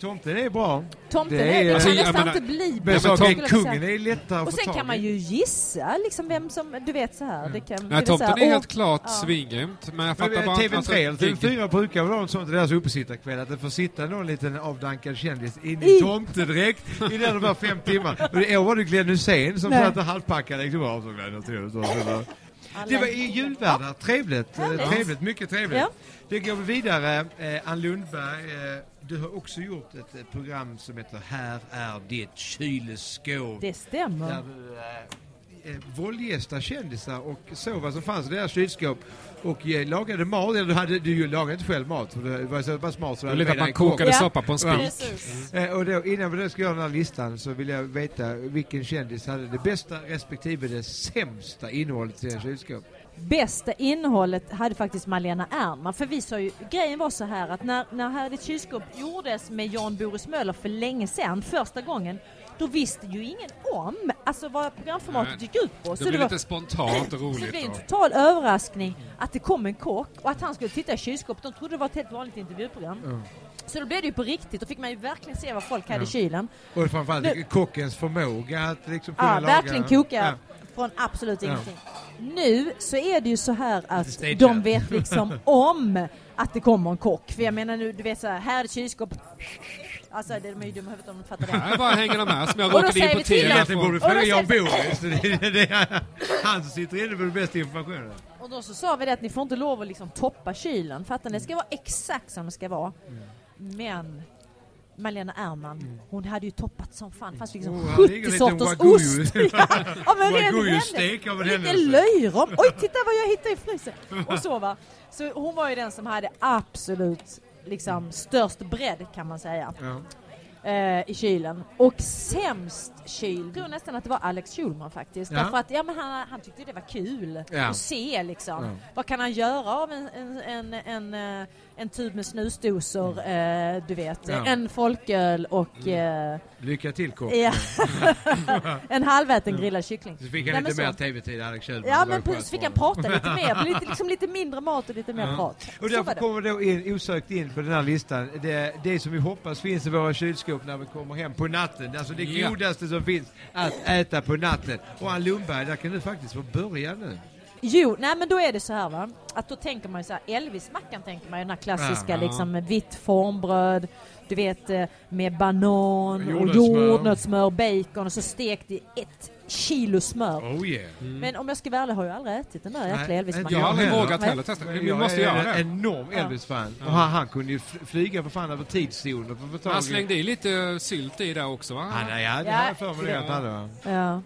B: Tomten är bra.
C: tomten
B: Det
C: är,
B: är-
C: det
B: Alltså,
C: kan
D: jag
C: nästan
D: menar,
C: inte bli
B: Men
C: bättre.
D: Tomten-
B: så,
C: skulle jag
B: är-
C: säga.
B: kungen är lättare att
C: Och
B: få
C: sen
B: tag
C: kan man
B: i.
C: ju gissa liksom vem som, du vet så här. Det kan, det
D: Nej,
C: vill säga,
D: tomten är
C: åh,
D: helt klart
C: Ja.
D: svingrymt. Men jag
B: Men,
D: fattar
B: eh,
D: bara alltså,
B: TV3 eller
D: det-
B: TV4 brukar väl ha något sånt i deras uppesittarkväll att det får sitta någon liten avdankad kändis in i
C: I-
B: tomtedräkt i den de här fem timmarna. Och i år var det Glenn Hysén som
C: Nej.
B: satt och halvpackade liksom av så Glenn Hysén och så. så där. Det var i julvärdar. Trevligt. eh,
C: Härligt.
B: Trevligt. Mycket trevligt.
C: Ja.
B: Det går vidare. Eh, Ann Lundberg, eh, du har också gjort ett eh, program som heter Här är ditt kylskåp.
C: Det
B: Där
C: stämmer.
B: du eh, eh, våldgästade kändisar och såg vad som fanns i deras kylskåp och eh, lagade mat. Eller du, hade, du lagade inte själv mat, för du var så pass smart så du
D: Det är lite
B: med
D: att man
B: dig en kock.
D: kokade
C: Ja.
D: soppa på en spik.
C: Precis.
B: Eh, Och då, innan vi då ska göra den här listan så vill jag veta vilken kändis hade det bästa respektive det sämsta innehållet i deras kylskåp.
C: Bästa innehållet hade faktiskt Malena Ernman. För vi sa ju, grejen var så här att när, när Här är ditt kylskåp gjordes med Jan Boris Möller för länge sedan, första gången, då visste ju ingen om alltså vad programformatet
D: Nej.
C: gick ut på.
D: Det
C: Så
D: blir
C: det var-
D: lite spontant och
C: Så det blev
D: roligt.
C: en
D: då.
C: total överraskning att det kom en kock och att han skulle titta i kylskåpet. De trodde det var ett helt vanligt intervjuprogram. Så då blev det ju på riktigt, då fick man ju verkligen se vad folk hade
B: Ja.
C: i kylen.
B: Och framförallt
C: Nu-
B: kockens förmåga att liksom kunna
C: Ja,
B: laga.
C: verkligen koka
B: Ja.
C: från absolut
B: Ja.
C: ingenting. Nu så är det ju så här att
B: Lite
C: de
B: stageat.
C: vet liksom om att det kommer en kock. För jag menar nu, du vet så här, här är kylskåpet. Alltså det, de är ju dumma i huvudet om de fattar det.
D: Här bara hänger de här som
C: Och
D: jag
C: då
D: råkade
C: säger vi till
B: Det är
D: importera
B: egentligen borde
D: från...
B: du
C: Och
B: fråga
C: då
B: Jan Boris.
C: säger-
B: Det är, det är han som sitter inne med den bästa informationen.
C: Och då så sa vi det att ni får inte lov att liksom toppa kylen. Fattar ni? Det ska vara exakt som det ska vara. Men Malena Ernman, hon hade ju toppat som fan. Det fanns liksom
B: Oh, här ligger
C: 70
B: lite
C: sorters
B: wagyu.
C: ost. Ja, ja, men det är en
B: Wagyu-stek av en
C: Lite
B: händelse.
C: löjrom. Oj, titta vad jag hittade i frysen. Och så va. Så hon var ju den som hade absolut liksom störst bredd kan man säga
B: Ja.
C: eh, i kylen. Och sämst kyl, jag tror nästan att det var Alex Schulman faktiskt.
B: Ja.
C: Därför att ja, men han, han tyckte det var kul
B: Ja.
C: att se liksom.
B: Ja.
C: Vad kan han göra av en, en, en, en, eh, en tub med snusdosor, eh, du vet.
B: Mm. Ja. Mm.
C: En folköl och eh,
B: Lycka till kock.
C: ja. en halväten grillad kyckling.
B: Så fick han
C: Nej, men
B: lite mer
C: så.
B: tv-tid, Alex Kjellman. Det
C: Ja
B: var
C: men
B: skönt
C: precis, fick
B: för
C: han
B: honom.
C: prata lite mer. Lite, liksom lite mindre mat och lite mer prat.
B: Och
C: Så var
B: därför
C: det.
B: kommer vi då in, osökt in på den här listan. Det, det som vi hoppas finns i våra kylskåp när vi kommer hem på natten. Alltså det
D: Ja.
B: godaste som finns att äta på natten. Och Ann Lundberg, där kan du faktiskt få börja nu.
C: Jo, nej men då är det så här va. Att då tänker man ju så här, Elvis-mackan tänker man ju den här klassiska
B: Ja.
C: liksom med vitt formbröd, du vet eh, med banan och
B: Jordnötssmör.
C: jordnötssmör, bacon och så stekt i ett kilo smör.
B: Oh yeah.
C: Men om jag ska vara ärlig har jag aldrig ätit den där
B: Nej,
C: jäkla Elvis-mackan.
B: inte
D: Jag har aldrig
B: heller.
D: vågat heller testa. Vi måste göra
B: en
D: det.
B: enorm
C: Ja.
B: Elvis-fan. Och han, han kunde ju f- flyga för fan över tidszoner för att få
D: Han
B: tag i...
D: slängde i lite eh, sylt i där också va?
B: Han, ja, det har jag för mig
C: Ja.
B: det att han hade va?
C: Ja.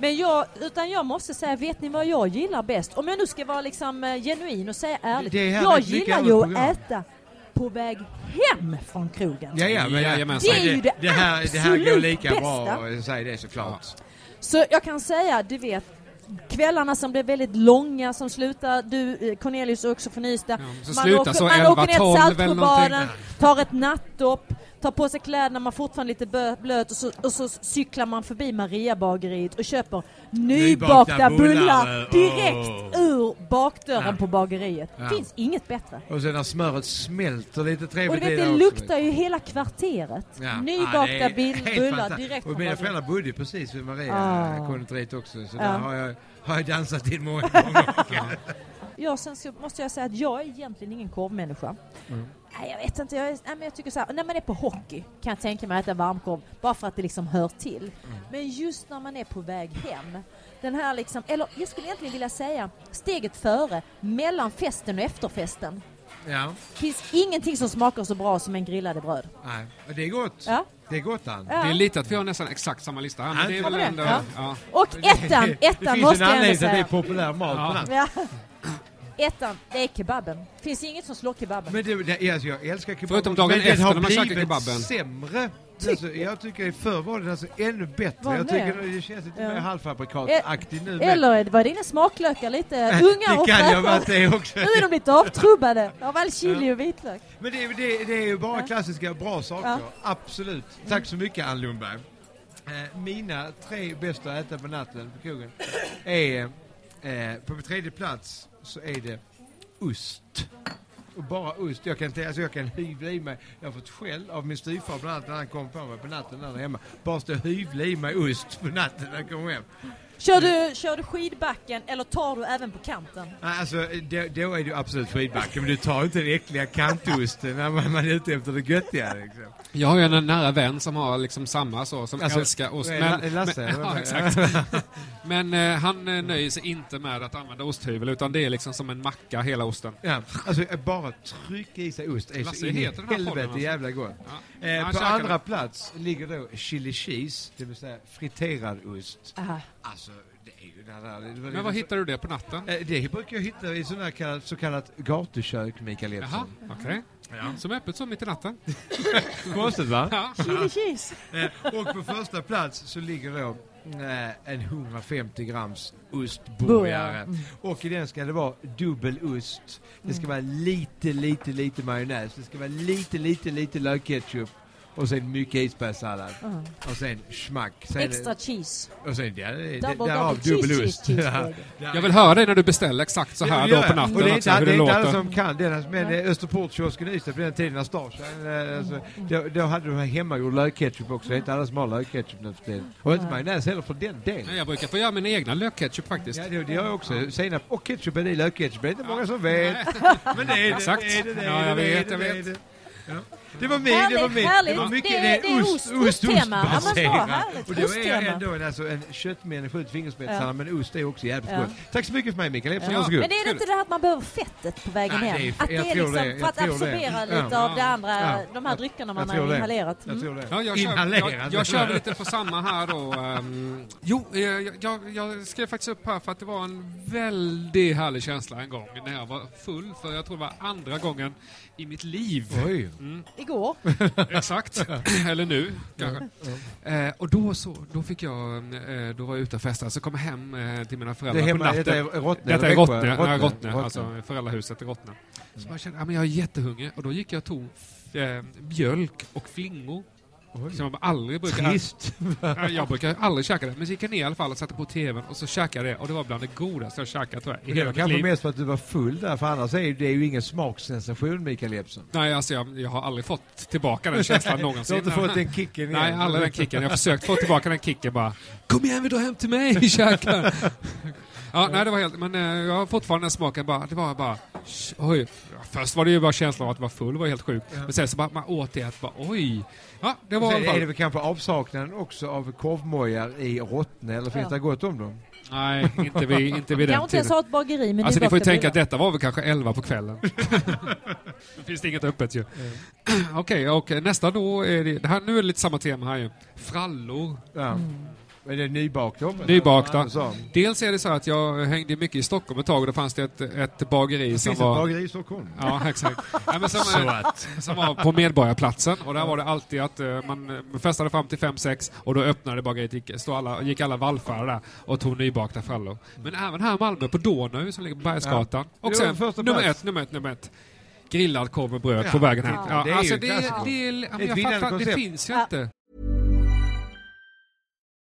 C: Men jag, utan jag måste säga, vet ni vad jag gillar bäst? Om jag nu ska vara liksom eh, genuin och säga ärligt.
B: Det är härligt,
C: jag
B: mycket
C: gillar
B: härligt
C: ju att
B: program.
C: äta på väg hem från krogen.
B: Ja, ja, men,
D: Jajamensan.
C: Det är ju det
B: det här, det här går
C: absolut
B: lika bra
C: bästa.
B: att säga det såklart.
C: Så jag kan säga, du vet, kvällarna som blev väldigt långa som slutar, du eh, Cornelius är också från Ystad.
D: så slutar så
C: man
D: 11,
C: åker ner
D: 12
C: till
D: eller
C: Saltsjöbaden,
D: någonting.
C: tar ett nattdopp, tar på sig kläderna, man är fortfarande lite bö- blöt och så, och så cyklar man förbi Mariabageriet och köper nybakta
B: Nybakta
C: bullar,
B: bullar, eh,
C: direkt
B: åh.
C: ur bakdörren på bageriet. Finns inget bättre.
B: Och sen när smöret smälter lite
C: Och du
B: trevligt
C: vet,
B: i
C: det
B: också.
C: luktar ju hela kvarteret.
B: Ja. Ja, det
C: Nybakta
B: är
C: bill-
B: helt
C: bullar
B: fantastiskt.
C: direkt
B: Och mina
C: från bageriet.
B: föräldrar bodde ju precis vid Maria
C: Ah.
B: konditoriet också. Så
C: Ja.
B: där har jag, har jag dansat in många gånger.
C: Ja, sen så måste jag säga att jag är egentligen ingen korvmänniska.
B: Mm.
C: Nej, jag vet inte. Jag, är, nej, men jag tycker så här, när man är på hockey kan jag tänka mig att äta varmkorv bara för att det liksom hör till.
B: Mm.
C: Men just när man är på väg hem, den här liksom, eller jag skulle egentligen vilja säga steget före, mellan festen och efterfesten.
B: ja.
C: Finns ingenting som smakar så bra som en grillade bröd.
B: Nej. Och Det är gott.
C: Ja.
B: Det är gott Ann.
C: Ja.
D: Det är lite att vi har nästan exakt samma lista här,
B: Ja,
D: men det är väl
B: det
C: är
D: ändå...
C: det.
D: Ja.
C: Och ettan,
B: det finns
C: ettan
B: en
C: måste jag ändå
B: anledning till att det är
C: säga.
B: populär mat på
D: Ja.
B: natten.
C: Ja. Ettan, det är kebaben. Finns inget som slår kebaben.
B: Men det, det, alltså jag älskar kebab.
D: Förutom dagen
B: men den
D: efter
B: har
D: när man käkar
B: blivit
D: kebaben.
B: sämre. Alltså, jag tycker förr var den alltså ännu bättre.
C: Var
B: jag
C: den
B: tycker
C: det?
B: det känns lite
C: Ja.
B: mer halvfabrikataktig nu. men-
C: Eller är det- var dina smaklökar lite unga
B: det
C: och
B: kan ju
C: fräscha?
B: ha varit det också.
C: Nu är de blivit avtrubbade av all chili och vitlök.
B: Men det, är- det, är- det är ju bara
C: Ja.
B: klassiska bra saker.
C: Ja.
B: Absolut. Tack så mycket Ann Lundberg. Eh, mina tre bästa att äta på natten på krogen är... Eh, på tredje plats så är det ost. Och bara ost. Jag kan, t- alltså jag kan hyvla i mig. Jag har fått skäll av min styvfar bland annat när han kom på mig på natten när han är hemma. Bara stå och hyvla i mig ost på natten när jag kommer hem.
C: Kör du, kör du skidbacken eller tar du även på kanten?
B: Nej, Alltså, då, då är du absolut skidbacke, men du tar ju inte den äckliga kantosten när man, man är ute efter det göttiga. Liksom.
D: Jag har ju en nära vän som har liksom samma så, som
B: Alltså,
D: älskar ost.
B: eh,
D: Men,
B: La- Lasse,
D: men,
B: vad är
D: ja,
B: det?
D: exakt. men eh, han eh, nöjer sig inte med att använda osthyvel, utan det är liksom som en macka, hela osten.
B: Ja, alltså eh, bara trycka i sig ost är
D: Lasse,
B: så in i
D: heter den här
B: helvete
D: podden, alltså?
B: jävla gott.
D: Ja.
B: Eh,
D: Han
B: på
D: käkar
B: andra
D: den.
B: plats ligger då chili cheese, det vill säga friterad ost. Alltså, det är ju den här... Det var
D: Men var hittar du det på natten?
B: Eh, Det brukar jag hitta i sån här kallat, så kallat gatukök, Mikael
D: Jaha,
B: Jeppsson.
D: okej. Som är öppet så mitt i natten.
B: Konstigt va?
D: Ja.
C: Chili cheese.
B: Eh, och på första plats så ligger då eh, en 150 grams
C: Burgare.
B: ostburgare.
C: Mm.
B: Och i den ska det vara dubbel ost. Det ska vara lite, lite, lite majonnäs. Det ska vara lite, lite, lite lökketchup. och sen mycket isbergssallad. Och sen schmack. Sen,
C: Mm. Extra cheese.
B: Och sen, ja, det-
C: Double,
B: därav
C: double cheese,
B: dubbel
C: cheese,
B: ost.
C: cheeseburger.
B: Ja.
D: Jag vill höra dig när du beställer exakt så här
B: Det
D: då
B: gör
D: på
B: jag.
D: natten.
B: Och det är
D: också,
B: inte,
D: hur
B: det är inte alla
D: låter.
B: som kan den, men eh, Österportkiosken i Ystad på den tiden, när Starsen, eh, alltså, då, då hade de här hemmagjord lökketchup också. Det är inte alla som har lökketchup nu för tiden. Och inte majonnäs heller för den
D: Nej,
B: delen.
D: Jag brukar få göra min egna lökketchup faktiskt.
B: Ja, det, det gör jag också. Senap och ketchup är det i lökketchup. Det är inte många som vet. Men det är det,
D: Exakt.
B: det är det, det är
D: Ja, jag
B: det, det är
D: vet, jag
B: det, det är
D: vet.
B: det. Ja. Det var min, det var
C: Härligt,
B: min.
C: härligt.
B: Det var mycket,
C: Det är- det är ost-
B: ostbaserat.
C: osttema. Ja, men bra, härligt.
B: Och då är jag
C: Osttema.
B: ändå en, alltså, en köttmänniska ut
C: Ja.
B: fingerspetsarna, men ost är också jävligt
C: Ja.
B: gott. Tack så mycket för mig Mikael Jeppsson,
D: Ja.
B: varsågod.
C: Men är det inte det här att man behöver fettet på vägen
B: Nej,
C: hem?
B: det är-
C: att det
B: jag
C: är
B: tror
C: liksom
B: det, jag
C: för att
B: tror det.
C: absorbera
B: Ja.
C: lite av det andra,
B: Ja.
C: de här dryckerna man
B: Jag tror
C: har
B: det.
C: inhalerat. Mm.
B: Jag tror det.
D: Ja, jag, kör,
B: Inhalerat.
D: jag, jag kör väl lite på samma här då. ehm. jo, eh, jag, jag, jag skrev faktiskt upp här för att det var en väldigt härlig känsla en gång när jag var full för jag tror det var andra gången i mitt liv.
B: Oj.
C: Mm. Igår.
D: Exakt. Eller nu, kanske. Eh, och då, så, då fick jag, eh, då var jag ute och festade, så kom jag hem eh, till mina
B: Det
D: föräldrar
B: är
D: på
B: hemma,
D: natten.
B: detta är Rottne.
D: Detta är
B: eller Växjö?
D: Rottne, Rottne, Rottne,
B: Rottne. Mm.
D: alltså föräldrahuset i Rottne. Så jag kände, ja, men jag är jättehungrig och då gick jag och tog eh, mjölk och flingor.
B: Oj.
D: Som jag aldrig brukar
B: Trist.
D: Ja, Eh, Jag brukar aldrig käka det, men så gick jag ner i alla fall och satte på TVn och så käkade jag det och det var bland det godaste jag käkat tror jag. i
B: Det
D: hela
B: var
D: mitt
B: kanske
D: liv.
B: mest för att du var full där, för annars är ju- det är ju ingen smaksensation Mikael Jeppsson.
D: Nej, alltså jag, jag har aldrig fått tillbaka den känslan
B: Du
D: någonsin.
B: har inte fått den kicken igen.
D: Nej, aldrig den kicken. Jag har försökt få tillbaka den kicken bara. Kom igen, vi drar hem till mig, vi käkar. Ja, nej, det var helt... Men eh, jag har fortfarande den smaken bara. Det var bara... sh- Oj. Ja, Först var det ju bara känslan av att vara full, det var helt sjukt. Men sen så bara, man åt det att bara, oj. Ja, det var i alla
B: Sen är det
D: fall...
B: väl kanske avsaknaden också av korvmojar i Rottne, eller finns
C: Ja.
B: det gott om dem?
D: Nej, inte vid, inte vid
C: Kanske
D: den
C: inte ens
D: tiden.
C: ha ett bageri men
D: Alltså
C: det
D: ni
C: är
D: får ju
C: gott att
D: tänka att
C: bjuda.
D: detta var väl kanske 11 på kvällen. Då finns det inget öppet ju. Okej, och nästa då är det, det här, nu är det lite samma tema här ju. Frallor.
B: Ja. Men det är nybakt då?
D: Nybakta.
B: Andersson.
D: Dels är det så att jag hängde mycket i Stockholm ett tag och då fanns det ett, ett bageri
B: Det
D: som
B: finns
D: var...
B: ett bageri i Stockholm.
D: Ja, exakt. Ja, men som, eh, som var på Medborgarplatsen och där var det alltid att eh, man eh, festade fram till 5-6 och då öppnade bageriet, gick, stod alla, gick alla vallfarare där och tog nybakta frallor. Men även här i Malmö på Donau som ligger på Bergsgatan.
B: Jo,
D: Och sen
B: första
D: nummer
B: plats.
D: ett, nummer ett, nummer ett. Grillad korv med bröd
B: Ja,
D: på vägen hem.
B: titta,
D: Ja,
B: det är
D: alltså
B: ju
D: det, är-
B: klassiskt.
D: det, är- ja, men
B: Ett
D: jag
B: vinnande
D: fattar att det
B: koncept.
D: finns ju inte.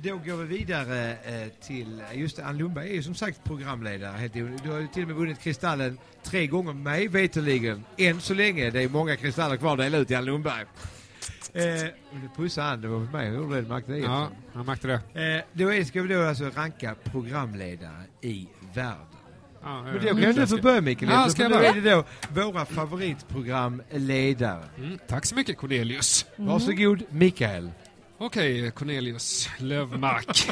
B: Då går vi vidare eh, till, just det, Ann Lundberg är ju som sagt programledare. helt i- Du har ju till och med vunnit Kristallen tre gånger, mig veterligen. Än så länge, det är många kristaller kvar att dela ut till Ann Lundberg. Eh, och nu pussar han, det var för mig jag gjorde det, du märkte det.
D: Ja, jag märkte det.
B: Eh, då är, ska vi då alltså ranka programledare i världen.
D: Ja,
B: Men
D: eh,
B: då kan du få börja Mikael,
D: Ja,
B: eftersom
D: ska jag
B: då
D: börja?
B: är det då våra favoritprogramledare.
D: Mm, tack så mycket Cornelius.
B: Varsågod Mikael.
D: Okej, Cornelius Lövmark.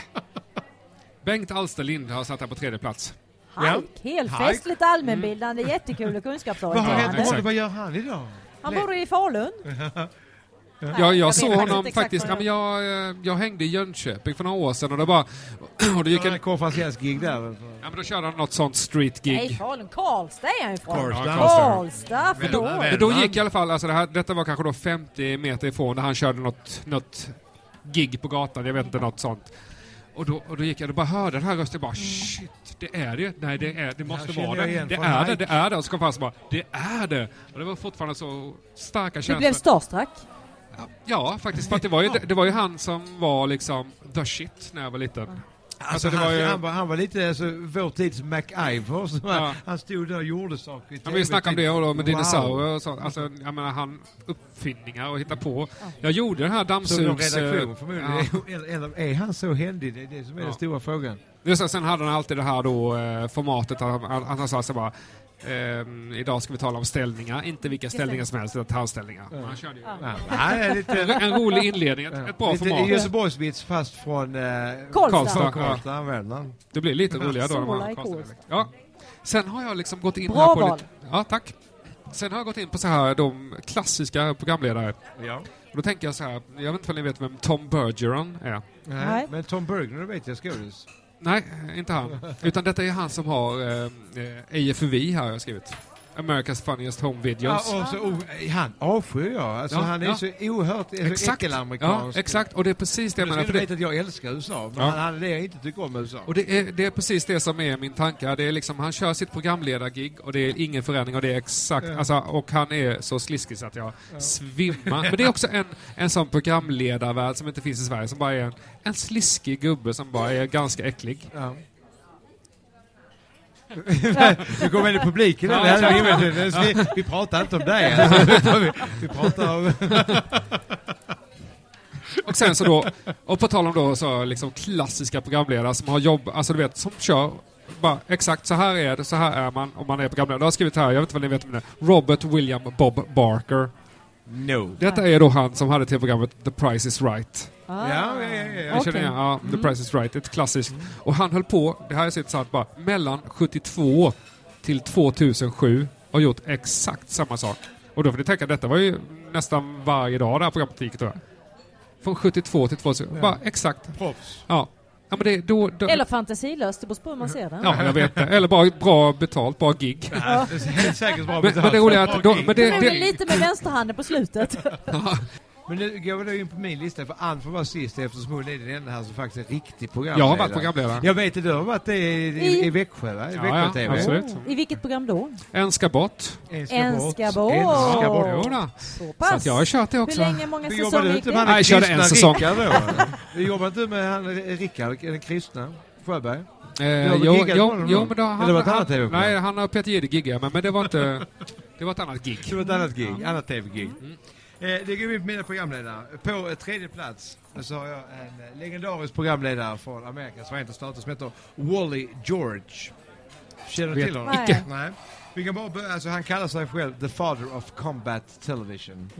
D: Bengt Alsterlind har satt här på tredje plats.
C: Hajk, helfest,
D: Hajk.
C: lite allmänbildande, jättekul
B: Mm. Vad
C: och
B: har
C: kunskapsorienterande.
B: hänt med
D: exakt.
B: honom? Vad gör han idag?
C: Han bor i Falun. Nej,
D: Jag, jag
C: vet
D: såg
C: faktiskt
D: honom
C: exakt
D: faktiskt,
C: vad
D: ja,
C: det
D: men
C: är.
D: jag, eh, jag hängde i Jönköping för några år sedan och det bara... Och det gick en,
B: Konferenciers-gig där.
D: ja, men då körde han något sånt street-gig.
C: Nej, Falun. Karlstad är han ifrån.
D: Karlstad.
C: Karlstad, för då.
D: Men då gick i alla fall, alltså det här, detta var kanske då 50 meter ifrån när han körde något, något gig på gatan, jag vet inte, något sånt. Och då, och då gick jag och bara hörde den här rösten bara shit, det är det, nej det är det, måste
B: känner
D: vara
B: jag
D: det,
B: igen
D: det
B: från
D: är det,
B: Nike.
D: det är det. Och så kom fast bara, det är det. Och det var fortfarande så starka
C: Du blev
D: känslor.
C: starstruck.
D: Ja, faktiskt, för att det var, ju, det var ju han som var liksom the shit när jag var liten.
B: Alltså,
D: Alltså, det
B: han,
D: var ju-
B: han, var, han var lite alltså, vår tids MacIver. Så
D: Ja.
B: Han stod där och gjorde saker i
D: Ja,
B: TV.
D: vi snackade om det och då med
B: Wow.
D: dinosaurier och sånt. Alltså, jag menar, han uppfinningar och hitta på. Jag gjorde den här
B: Så någon
D: dammsugs... eh,
B: redaktion
D: Ja.
B: förmodligen. Eller, eller, är han så händig? Det är det som är den
D: Ja.
B: stora frågan.
D: Just det, sen hade han alltid det här då, eh, formatet, att han, han, han sa så bara ehm, idag ska vi tala om ställningar, inte vilka ställningar som helst, utan tandställningar. Han körde ju.
B: Ja. Han är
D: En,
B: lite...
D: en rolig inledning, ett, ett bra
B: lite
D: format.
B: Göteborgsvits fast från... Eh,
C: Karlstad.
D: Karlstad.
B: från Karlstad, använder han.
D: Det blir lite roligare då. när man
C: Sola i
D: har konstig
C: Karlstad.
D: dialekt. Ja. Sen har jag liksom gått in
C: Bra
D: här på
C: val.
D: lite, Ja, tack. Sen har jag gått in på så här de klassiska programledare. Och då tänker jag så här, jag vet inte om ni vet vem Tom Bergeron är?
B: Nej.
C: Nej.
B: Men Tom Bergner, det vet jag skådis.
D: Nej, inte han. Utan detta är han som har eh, eh, AFV här har jag skrivit. America's funniest home
B: Ja,
D: videos.
B: och så, oh, han avskyr jag. Alltså,
D: Ja,
B: han är
D: ja.
B: så oerhört alltså,
D: ja,
B: äckelamerikansk.
D: exakt. Och det är precis det jag
B: Nu
D: menar.
B: ska
D: För
B: du
D: det,
B: veta att jag älskar USA, men
D: Ja.
B: han, han är det jag inte tycker om med USA.
D: och det är, det är precis det som är min tanke. Det är liksom, han kör sitt programledargig och det är ingen förändring och det är exakt, alltså, och han är så sliskig så att jag svimmar. Men det är också en, en sån programledarvärld som inte finns i Sverige, som bara är en, en sliskig gubbe som bara är ganska äcklig.
B: Ja. du kom in i publiken
D: Ja,
B: eller?
D: jag tror-
B: Ja, vi, vi pratar inte om dig. Alltså. Vi, vi pratar om...
D: Och sen så då, och på tal om då så liksom klassiska programledare som har jobb, alltså du vet, som kör bara, exakt så här är det, så här är man om man är programledare. Jag har skrivit här, jag vet inte vad ni vet om det, Robert William Bob Barker.
B: No.
D: Detta är då han som hade tv-programmet The Price is Right.
B: Ja, ja, ja, ja.
D: Jag känner igen, ja, The Price is Right, ett klassiskt. Och han höll på, det här är så intressant, bara mellan 72 till 2007 och gjort exakt samma sak. Och då får ni tänka, detta var ju nästan varje dag det här programmet gick tror jag. Från 72 till 2007, bara exakt.
B: Proffs.
D: Ja. ja men det, då, då,
C: Eller fantasilöst, det beror på hur man ser den.
D: Ja, jag vet det. Eller bara bra betalt, bra gig.
B: Ja. Det är helt säkert bra
D: Men, men det roliga är att... Då, men det,
C: Men det är
D: det,
C: lite med vänsterhanden på slutet.
B: Men nu går vi då in på min lista, för Ann får vara sist eftersom hon är den enda här som faktiskt är riktig
D: jag
B: programledare.
D: har varit programledare.
B: Jag vet att du har varit det i, i, i Växjö, va? I
D: Ja,
B: Växjö
D: ja,
B: TV.
D: absolut.
C: I vilket program då?
D: En ska bort.
B: En ska
C: En
B: bort.
C: ska bort.
B: En ska
D: Ja,
B: bort.
D: jo då.
C: Så
D: Så
C: pass.
D: att jag har kört det
C: hur
D: också.
C: länge, många
B: Du jobbade
C: säsonger gick
B: inte
C: det?
B: med han den
D: Nej, körde en
B: kristna
D: säsong.
B: Rickard då? Du jobbade inte med han eh, Rickard, den kristna? Sjöberg?
D: Eh,
B: har väl
D: jo,
B: giggat med
D: jo,
B: honom
D: jo,
B: då?
D: men då han,
B: Eller var det ett
D: han-
B: annat TV-program?
D: Nej, han och Peter Jihde giggade, men, men det var inte... Det var ett annat gig. Mm.
B: Det var ett annat gig, annat tv-gig. Eh, det går vi på mina programledare. På eh, tredje plats så har jag en eh, legendarisk programledare från Amerika, Förenta Stater, som heter Wally George. Känner du
D: Vet
B: till honom?
C: icke.
B: Nej. Vi kan bara börja, alltså han kallar sig själv the father of combat television.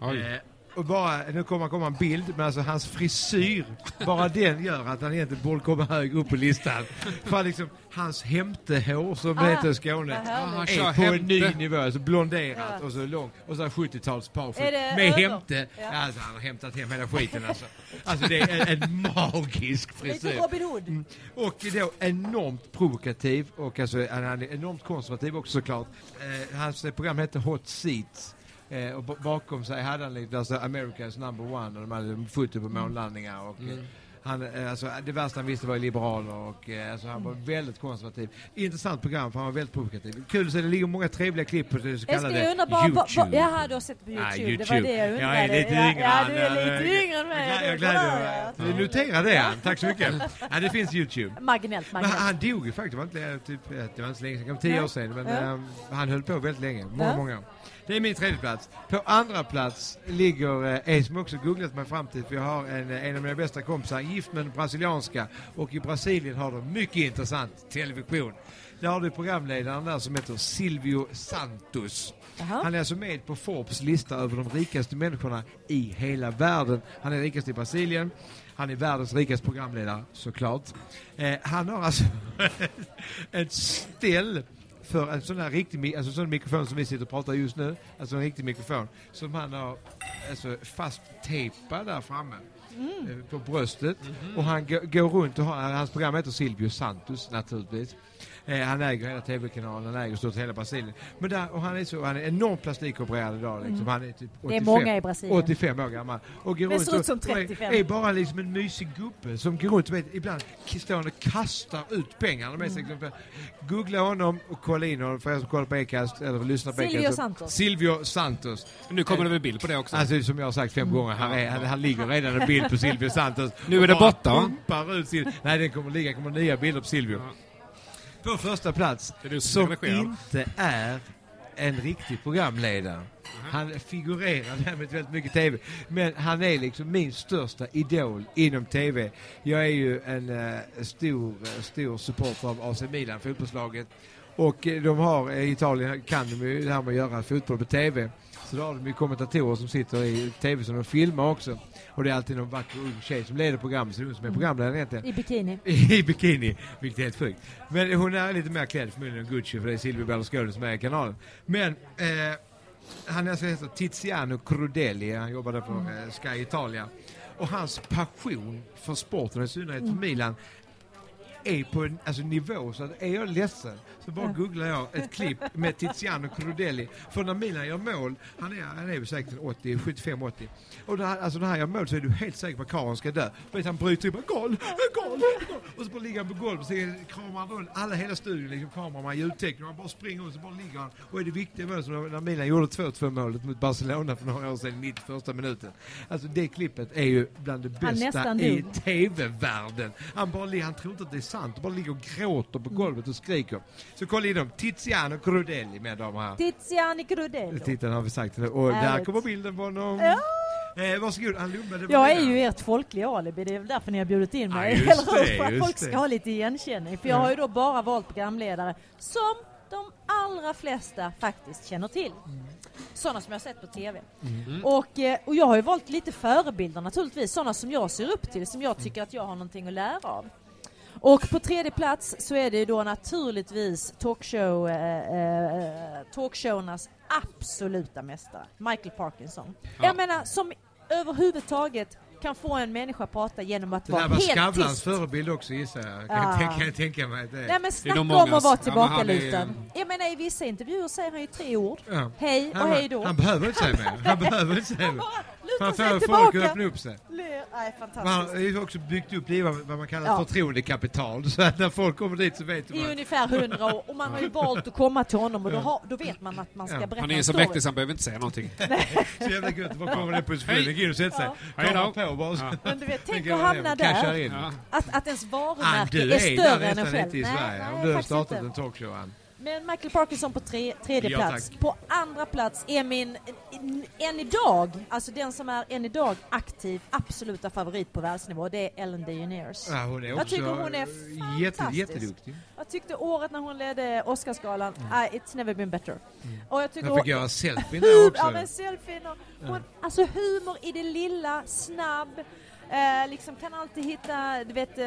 D: Oj.
B: Eh, och bara, nu kommer komma en bild, men alltså hans frisyr, bara den gör att han egentligen borde komma högre upp på listan. För liksom, hans hämtehår som det
C: Ah,
B: heter i Skåne,
C: vad härligt.
D: han
B: är
D: kör
B: på en ny
D: hämte.
B: nivå. Alltså blonderat
C: Ja.
B: och så lång och så 70-talsparfym
C: Är det
B: med
C: ögon?
B: hämte.
C: Ja.
B: Alltså han har hämtat hem hela skiten alltså. Alltså det är en, en magisk
C: Lite
B: frisyr.
C: Robin Hood.
B: Mm. Och då enormt provokativ och alltså, han han är enormt konservativ också såklart. Eh, hans eh, program hette Hot Seats. Eh, och ba- bakom sig hade han lite alltså, America's number one och de hade foto på
C: Mm.
B: månlandningar. Och, eh, han, eh, alltså, det värsta han visste var liberaler och eh, alltså, han
C: Mm.
B: var väldigt konservativ. Intressant program för han var väldigt provokativ. Kul så det ligger många trevliga klipp på det så
C: Jag ska
B: kallade
C: jag undra bara,
B: YouTube.
C: vad- vad- jaha du har sett på Youtube,
B: Ah,
C: det var det jag undrade.
B: Jag är lite
C: ja,
B: yngre
C: ja,
B: än-
C: du är lite yngre än mig.
B: Jag, glä- jag
C: Det är
B: gläder
C: bra,
B: mig.
C: ja.
B: att Du noterar det, Ann. Tack så mycket. Ja, det finns Youtube.
C: Marginellt,
B: Men han
C: marginellt.
B: han dog ju faktiskt, det var inte, eh, typ, eh, det var inte så länge sedan, kanske tio
C: Nej.
B: år sedan. Men
C: Ja.
B: ehm, han höll på väldigt länge, många,
C: Ja.
B: många år. Det är min tredje plats. På andra plats ligger eh, en som också googlat mig fram till, för jag har en, eh, en av mina bästa kompisar, gift med en brasilianska. Och i Brasilien har de mycket intressant television. Där har du programledaren där som heter Silvio Santos.
C: Jaha.
B: Han är alltså med på Forbes lista över de rikaste människorna i hela världen. Han är rikast i Brasilien. Han är världens rikaste programledare, såklart. Eh, han har alltså ett ställ för en sån här riktig mi- alltså sån mikrofon som vi sitter och pratar just nu, alltså en riktig mikrofon, som han har alltså, fast tejpad där framme
C: Mm.
B: eh, på bröstet.
C: Mm-hmm.
B: Och han g- går runt och har, hans program heter Silvius Santos naturligtvis. Eh, han äger hela TV-kanalen, han äger stort hela Brasilien. Men där, och han är så, han är enormt plastikopererad idag liksom. Han är typ 85,
C: Mm. Det är många i Brasilien.
B: 85 år gammal. Och går
C: Men
B: runt
C: ser ut
B: och-
C: som
B: och är-
C: 35.
B: Är bara liksom en mysig gubbe som går runt och vet, ibland k- står han och kastar ut pengarna med
C: Mm.
B: sig. Liksom. Googla honom och kolla in honom för er som kollar på Acast eller lyssnar på
C: Silvio
B: Acast.
C: Santos.
B: Silvio Santos.
D: Nu kommer det väl bild på det också.
B: Alltså som jag har sagt fem
C: Mm.
B: gånger, här, är, här, här ligger redan en bild på Silvio Santos.
D: Nu är
B: Och
D: det
B: bara
D: borta, va?
B: pumpar ut Sil- Nej, den kommer ligga, kommer nya bilder på Silvio. På första plats,
D: Det är du som
B: som
D: redigerar.
B: inte är en riktig programledare. Han figurerar däremot väldigt mycket i TV. Men han är liksom min största idol inom TV. Jag är ju en eh, stor, eh, stor supporter av AC Milan, fotbollslaget. Och eh, de har, eh, i Italien kan de ju det här med att göra fotboll på TV. Så då har de ju kommentatorer som sitter i TV som de filmar också. Och det är alltid någon vacker ung tjej som leder programmet, så det är hon som är programledare egentligen
C: I bikini.
B: i bikini, vilket är helt sjukt. Men hon är lite mer klädd förmodligen än Gucci för det är Silvio Berlusconi som är i kanalen. Men eh, han är alltså heter Tiziano Crudelli, han jobbade på eh, Sky Italia. Och hans passion för sporten, och i synnerhet för Milan, är på en alltså, nivå så att är jag ledsen så bara googlar jag ett klipp med Tiziano Crudelli. För när Milan gör mål, han är, han är väl säkert 80, 75-80. Och när, han- alltså, när han gör mål så är du helt säker på att karln ska dö. För han bryter upp, gol, gol, gol. Och så bara ligger han på golvet, så kramar han runt alla hela studion, liksom kameraman, ljudtekniker, han bara springer runt så bara ligger han. Och är det viktiga mål som när Milan gjorde 2-2 målet mot Barcelona för några år sedan i 91 minuten. Alltså det klippet är ju bland det
C: Han
B: bästa
C: nästan
B: i
C: dog.
B: TV-världen. Han, bara, li- han tror inte att det är sant, han bara ligger och gråter på golvet och skriker. Så kolla in dem, Tiziano Crudelli med dem här.
C: Tiziani Crudello.
B: Titeln har vi sagt. Och där
C: Härligt.
B: kommer bilden på honom. Eh, varsågod, Ann Lundberg. det var
C: Jag
B: det.
C: är ju ert folkliga alibi, det är väl därför ni har bjudit in mig.
B: Ja, just
C: Eller hur?
B: det,
C: För att
B: just
C: folk ska
B: det.
C: ha lite igenkänning. För jag har ju då bara valt programledare som de allra flesta faktiskt känner till.
B: Mm.
C: Sådana som jag har sett på TV. Och, eh, och jag har ju valt lite förebilder naturligtvis, sådana som jag ser upp till, som jag
B: Mm.
C: tycker att jag har någonting att lära av. Och på tredje plats så är det ju då naturligtvis talkshow, eh, eh, talkshowernas absoluta mästare, Michael Parkinson. Jag menar, som överhuvudtaget kan få en människa att prata genom att
B: Det
C: vara
B: här var
C: helt
B: Skavlans
C: tyst. Ah.
B: förebild också gissar jag. Kan,
C: Ja.
B: jag tänka, kan jag tänka mig att det är.
C: Nej men
D: nog
C: snacka om
D: många
C: att vara
D: som- ja, men han är ju-
C: tillbakalutad. Jag menar i vissa intervjuer säger han ju tre ord.
B: Ja.
C: Hej och
B: han,
C: hej då.
B: han behöver inte säga mer. Han behöver inte säga mer.
C: Luta
B: Han
C: sig
B: får folk att
C: tillbaka.
B: öppna upp sig.
C: Ler. Nej,
B: Men Han har
C: fantastiskt.
B: ju också byggt upp det, vad vad man kallar
C: Ja.
B: förtroendekapital. Så att när folk kommer dit så vet
C: I
B: man.
C: ungefär hundra år. Och man har ju valt att komma till honom och då, har, då vet man att man ska
B: Ja.
C: berätta
D: Han är
C: en
D: ju så
C: story.
D: mäktig så han behöver inte säga någonting.
B: Så jävla gött, var kommer den positionen?
D: Hej.
B: Gå in och sätt sig.
D: Hej då.
B: Kamera på bara. så-
C: Men du vet, tänk
B: går
C: att
B: man ner
C: hamna
B: och cashar
C: där.
B: in.
D: Ja.
C: Att, att ens
B: Ann,
C: varumärke
B: du
C: är
B: är där
C: större än en
B: nästan
C: själv.
B: inte i Sverige. Om
C: nej,
B: du har
C: faktiskt
B: startat
C: inte.
B: en talkshow, Ann.
C: Men Michael Parkinson på tre, tredje
B: Ja,
C: plats.
B: tack.
C: På andra plats är min, en- än idag, alltså den som är än idag aktiv, absoluta favorit på världsnivå. Det är Ellen DeGeneres.
B: Ja, hon är
C: Jag
B: också
C: tycker hon är
B: eh, jätte,
C: fantastisk.
B: jätteduktig.
C: Jag tyckte året när hon ledde Oscarsgalan, ah, it's never been better. Och jag tycker
B: Mm. Jag fick göra selfie där
C: hur, ja,
B: också.
C: men selfien och, hon, alltså humor i det lilla, snabb, eh, liksom kan alltid hitta, du vet, eh,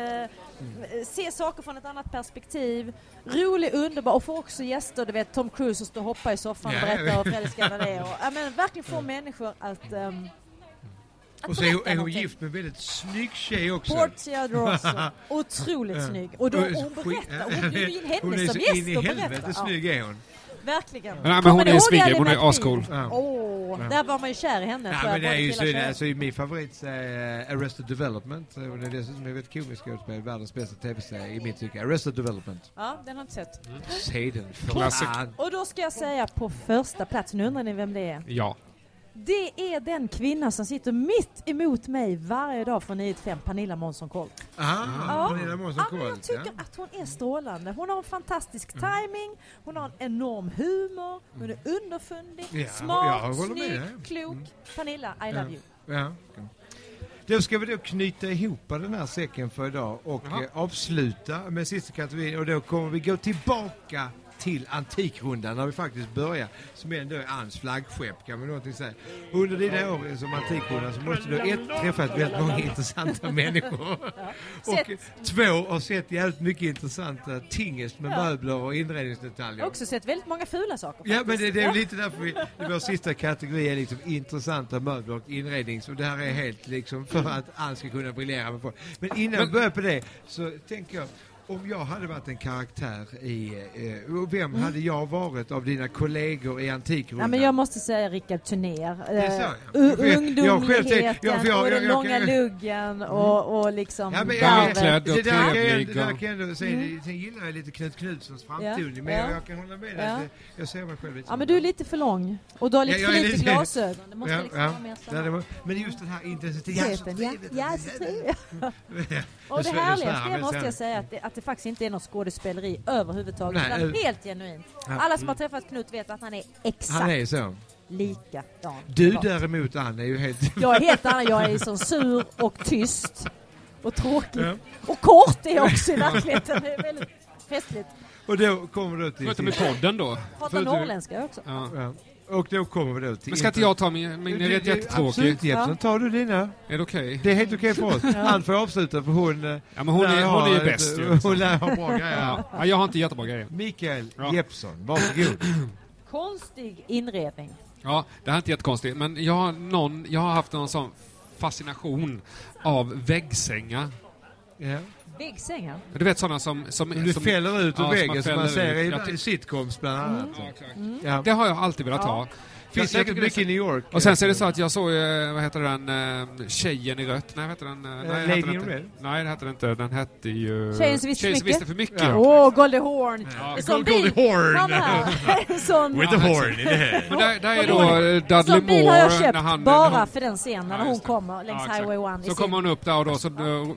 B: Mm.
C: se saker från ett annat perspektiv. Rolig, underbar och får också gäster, du vet Tom Cruise och stå och hoppa i soffan och
B: Ja, jag
C: berätta hur
B: vet.
C: förälskade han är. Och, ja, men verkligen få människor att, ehm, att
B: Och så är hon,
C: berätta
B: är hon
C: någonting.
B: gift med en väldigt snygg tjej också.
C: Portia de Rosso, otroligt snygg. Och då, och hon berättar, hon bjuder in
B: Hon
C: henne
B: är så
C: som
B: in
C: gäst
B: i
C: och berättar.
B: helvete snygg är hon.
C: Verkligen.
D: men
C: Kommer
D: hon
C: ni
D: är
C: ihåg
D: svingrym,
C: Ally
D: hon är
C: McBeal?
D: ascool.
B: Ja.
C: Åh, där var man ju kär i henne.
B: Ja,
C: tror
B: men
C: jag,
B: det är
C: både
B: ju
C: killar
B: så,
C: och tjejer.
B: alltså, min favorit är Arrested Development. Och det är dessutom en väldigt komisk skådespelare, världens bästa tv-serie i mitt tycke. Arrested Development.
C: Ja, den har jag inte sett.
B: Se den för
D: Classic.
B: fan!
C: Och då ska jag säga på första plats, nu undrar ni vem det är.
D: Ja.
C: Det är den kvinna som sitter mitt emot mig varje dag från 9 till 5, Pernilla Månsson Colt.
B: Ah, Pernilla Månsson
C: ja, men jag
B: Colt, ja. Mm.
C: tycker att hon är strålande. Hon har en fantastisk timing, hon har en enorm humor, hon är underfundig,
B: Ja, jag
C: smart,
B: håller med
C: snygg,
B: dig.
C: klok. Pernilla, I love you.
B: Ja. Då ska vi då knyta ihop den här säcken för idag och eh, avsluta med sista kategorin och då kommer vi gå tillbaka till Antikrundan när vi faktiskt börjar, som ändå är Anns flaggskepp kan man någonting säga. Under dina år som Antikrundan så måste du ett, träffat väldigt många intressanta människor. Och två, har sett jävligt mycket intressanta tingest med
C: Ja.
B: möbler och
C: Jag har
B: inredningsdetaljer.
C: också sett väldigt många fula saker.
B: Ja, men
C: faktiskt.
B: det, det är
C: Ja.
B: lite därför vi, i vår sista kategori är liksom intressanta möbler och inrednings och det här är helt liksom för att Ann ska kunna briljera med folk. Men innan vi börjar på det så tänker jag, om jag hade varit en karaktär i, eh, och vem hade jag varit av dina kollegor i Antikrundan?
C: Mm. Ja, men jag måste säga Rickard Turner.
B: är så,
C: Eh,
B: ja.
C: u-
B: Jag- jag själv
C: Ungdomligheten
B: tänker- ja, för jag-
C: och
B: jag-
C: den
B: jag-
C: långa
B: jag- Mm.
C: luggen och, och liksom
B: Ja, men jag-
C: varvet.
D: Välklädd och
B: det där kan jag,
D: trevlig
B: det där
D: och-
B: kan jag ändå säga, sen gillar jag lite Knut Knutssons framtoning,
C: Mm. Ja,
B: men
C: ja.
B: jag, jag kan hålla med dig.
C: Ja.
B: att det- Jag ser mig själv lite
C: Ja,
B: som
C: men
B: en
C: du är lite för lång. Och du har lite
B: Ja,
C: för
B: jag är
C: lite,
B: lite-
C: glasögon. Det måste liksom vara mer
B: Ja, det
C: samma.
B: var- men just den här intensiteten. Jag är så
C: Ja,
B: trevlig.
C: ja, så trevligt. Och det
B: svär- nu svär
C: härligaste
B: jag,
C: är,
B: men
C: måste
B: sen-
C: jag säga att det, att det faktiskt inte är något skådespeleri överhuvudtaget.
B: Nej,
C: utan
B: eh,
C: helt genuint.
B: ja,
C: Alla som har träffat Knut vet att han är exakt
B: Han är så.
C: lika. Ja,
B: Du
C: bra.
B: däremot, Ann, är ju helt...
C: Jag är helt annan. Jag är så sur och tyst och tråkig. Och kort är jag också i verkligheten. Det är väldigt festligt.
B: Och då kommer du till...
D: Sköter med podden då.
C: Pratar
D: För att du-
C: norrländska också.
D: Ja.
B: Ja. Och då kommer vi då till...
D: Men ska inte jag ta min? Min är
B: Du-
D: rätt
B: du-
D: jättetråkig.
B: Absolut, Jeppsson. Tar du dina?
D: Är det okej?
B: Det är helt okej för oss. Ann får avsluta för hon... eh,
D: Ja, men hon
B: lär
D: är- hon
B: ha
D: är ju
B: ett-
D: bäst ju, liksom.
B: Hon lär ha bra grejer.
D: Ja. Ja, jag har inte jättebra grejer.
B: Mikael
D: Ja.
B: Jeppsson, varsågod.
C: Konstig inredning.
D: Ja, det här är inte jättekonstigt, men jag har, någon, jag har haft någon sån fascination av väggsängar.
B: Ja.
C: Väggsängar.
D: Du vet sådana som... som
B: Du
D: som,
B: fäller ut ur
D: Ja, som
B: väggen som man
D: fäller
B: ser
D: ut. Jag
B: i
D: ty-
B: sitcoms bland
C: Mm,
B: annat.
D: Ja, exakt.
B: Ja.
D: Det har jag alltid velat ha.
B: Finns
D: Jag- jag
B: säkert
D: tycker det är
B: mycket i New York.
D: Och sen så är det så att jag såg, eh, vad heter den, eh, Tjejen i rött? Nej, vad heter den? Eh, Nej, det
B: Lady
D: heter
B: in
D: inte.
B: Red?
D: Nej, det heter den inte. Den hette ju...
C: Tjejen som visste för mycket.
D: för mycket.
C: Åh,
D: ja.
C: Goldie Horn! En sån
B: Goldie
C: bil-
B: Horn.
C: Man har- en sån-
D: a
B: horn in the head.
D: Men där, där är
C: Goldie
D: då
C: Horn.
D: eh, Dudley
C: Sån Alltså, bil har jag
D: Moore
C: köpt
D: när han...
C: bara
D: när hon,
C: för den scenen när
D: Ja,
C: hon
D: just det.
C: kommer längs
D: Ja, exakt.
C: Highway 1.
D: Så kommer hon upp där och då så,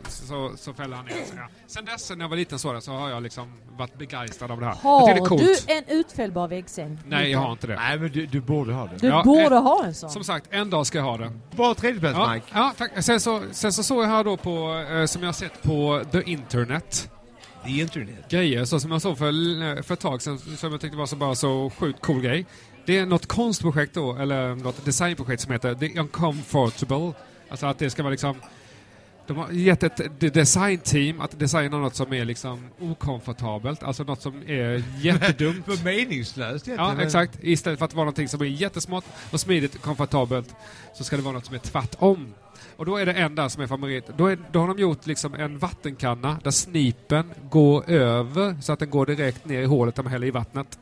D: så, så fäller han ner sig. Ja. Sen dess, när jag var liten så, så har jag liksom varit begeistrad av det här. jag tycker det är
C: Har
D: coolt.
C: du en utfällbar väggsäng?
D: Nej, jag har inte det.
B: Nej, men du, du borde ha det.
C: Du
D: Ja,
C: borde
D: eh,
C: ha en sån.
D: Som sagt, en dag ska jag ha den.
B: Bra tredjeplats,
D: Ja,
B: Mike.
D: ja, tack. Sen, så, sen så såg jag här då på, eh, som jag har sett på the internet,
B: The internet.
D: grejer så som jag såg för, för ett tag sedan som jag tyckte var så, bara så sjukt cool grej. Det är något konstprojekt då, eller något designprojekt som heter The Uncomfortable. Alltså att det ska vara liksom de har gett ett de- designteam att designa något som är liksom okomfortabelt, alltså något som är jättedumt.
B: Vad meningslöst egentligen.
D: Ja,
B: men-
D: exakt. Istället för att vara någonting som är jättesmart och smidigt och komfortabelt så ska det vara något som är tvärtom. Och då är det en där som är favorit. Då, är, då har de gjort liksom en vattenkanna där snipen går över så att den går direkt ner i hålet där man häller i vattnet.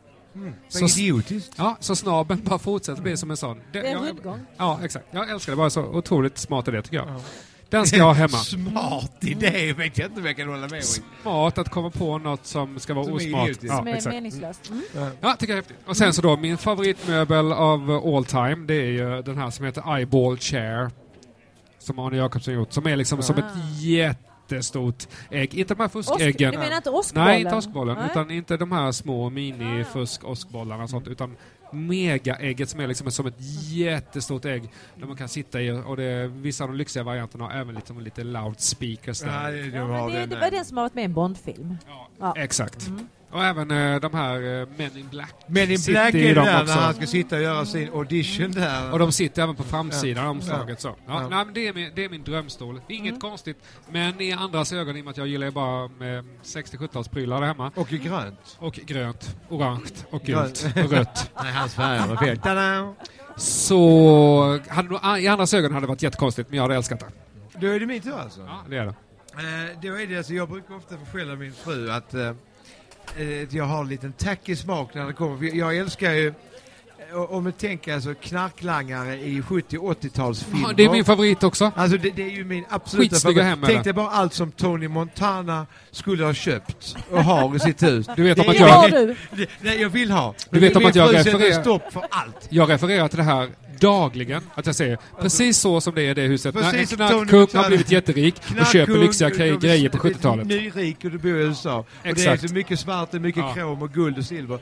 B: Så
D: Så,
B: idiotiskt.
D: ja, så snabben bara fortsätter bli som en sån. Det,
C: Det är en
D: jag-
C: rundgång.
D: Ja, exakt. Jag älskar det. Bara så otroligt smart idé tycker jag. Den ska jag ha hemma.
B: Smart idé, vet jag inte om jag kan hålla med om.
D: Smart att komma på något som ska vara
B: Som är
D: osmart.
B: idiotiskt.
D: Ja,
C: som är
D: exakt.
C: meningslöst. Mm.
D: Ja, tycker jag är häftigt. Och sen så då, min favoritmöbel av all time, det är ju den här som heter Eyeball Chair. Som Arne Jacobsson gjort, som är liksom som ett jättestort ägg. Inte de här
C: Osk,
D: fuskäggen.
C: du menar inte åskbollen?
D: Nej, inte åskbollen.
C: Nej.
D: Utan inte de här små minifusk-åskbollarna och sånt. Utan megaägget som är liksom som ett jättestort ägg. Där man kan sitta i och det är vissa av de lyxiga varianterna har även liksom lite loudspeakers där.
B: Ah, Ja, det,
C: Ja, men det, det
D: eh,
C: var den som har varit med i en Bondfilm.
D: Ja. Exakt. Och även eh, de här eh, Men in Black.
B: Men i
D: sitter
B: Black
D: i
B: är det
D: dem
B: där när
D: också.
B: han ska sitta och göra sin audition där.
D: Och de sitter även på framsidan av omslaget. Så. Ja,
B: Ja.
D: Nej, men det, är min, det är min drömstol. Inget konstigt, men i andras ögon, i och med att jag gillar ju bara eh, 60-70-talsprylar där hemma.
B: Och i grönt.
D: Och grönt, orange och
B: Grönt.
D: gult och rött.
B: Nej, hans färger var fel. Tada!
D: Så hade, nog- i andras ögon hade det varit jättekonstigt, men jag hade älskat det.
B: Då är det min tur alltså.
D: Ja, det är det.
B: Eh, då är det alltså, jag brukar ofta förskälla min fru att eh, eh, att jag har en liten tacky smak när det kommer. För Jag älskar ju, eh, om vi tänker alltså knarklangare i 70-80-talsfilmer.
D: Ja, det är min favorit också.
B: Alltså det, det är ju min absoluta
D: Skitsnygga hem,
B: Tänk
D: eller?
B: dig bara allt som Tony Montana skulle ha köpt och har i sitt hus.
D: Du vet om
B: Det
D: att
B: är-
C: Det har
D: jag,
C: du.
B: Det, nej, jag vill ha.
D: Du vet om
B: Min
D: att jag
B: fru sätter
D: refererar-
B: stopp för allt.
D: jag refererar till det här dagligen. Att jag säger precis så som det är i det huset. När en
B: Precis som
D: knarkkung
B: Tony-
D: har blivit jätterik och köper
B: Knarkkung,
D: lyxiga
B: du-
D: gre-
B: du-
D: grejer på
B: du-
D: 70-talet.
B: Nyrik och du bor i USA. Och det är
D: Exakt.
B: så mycket svart, det är mycket
D: Ja.
B: krom och guld och silver.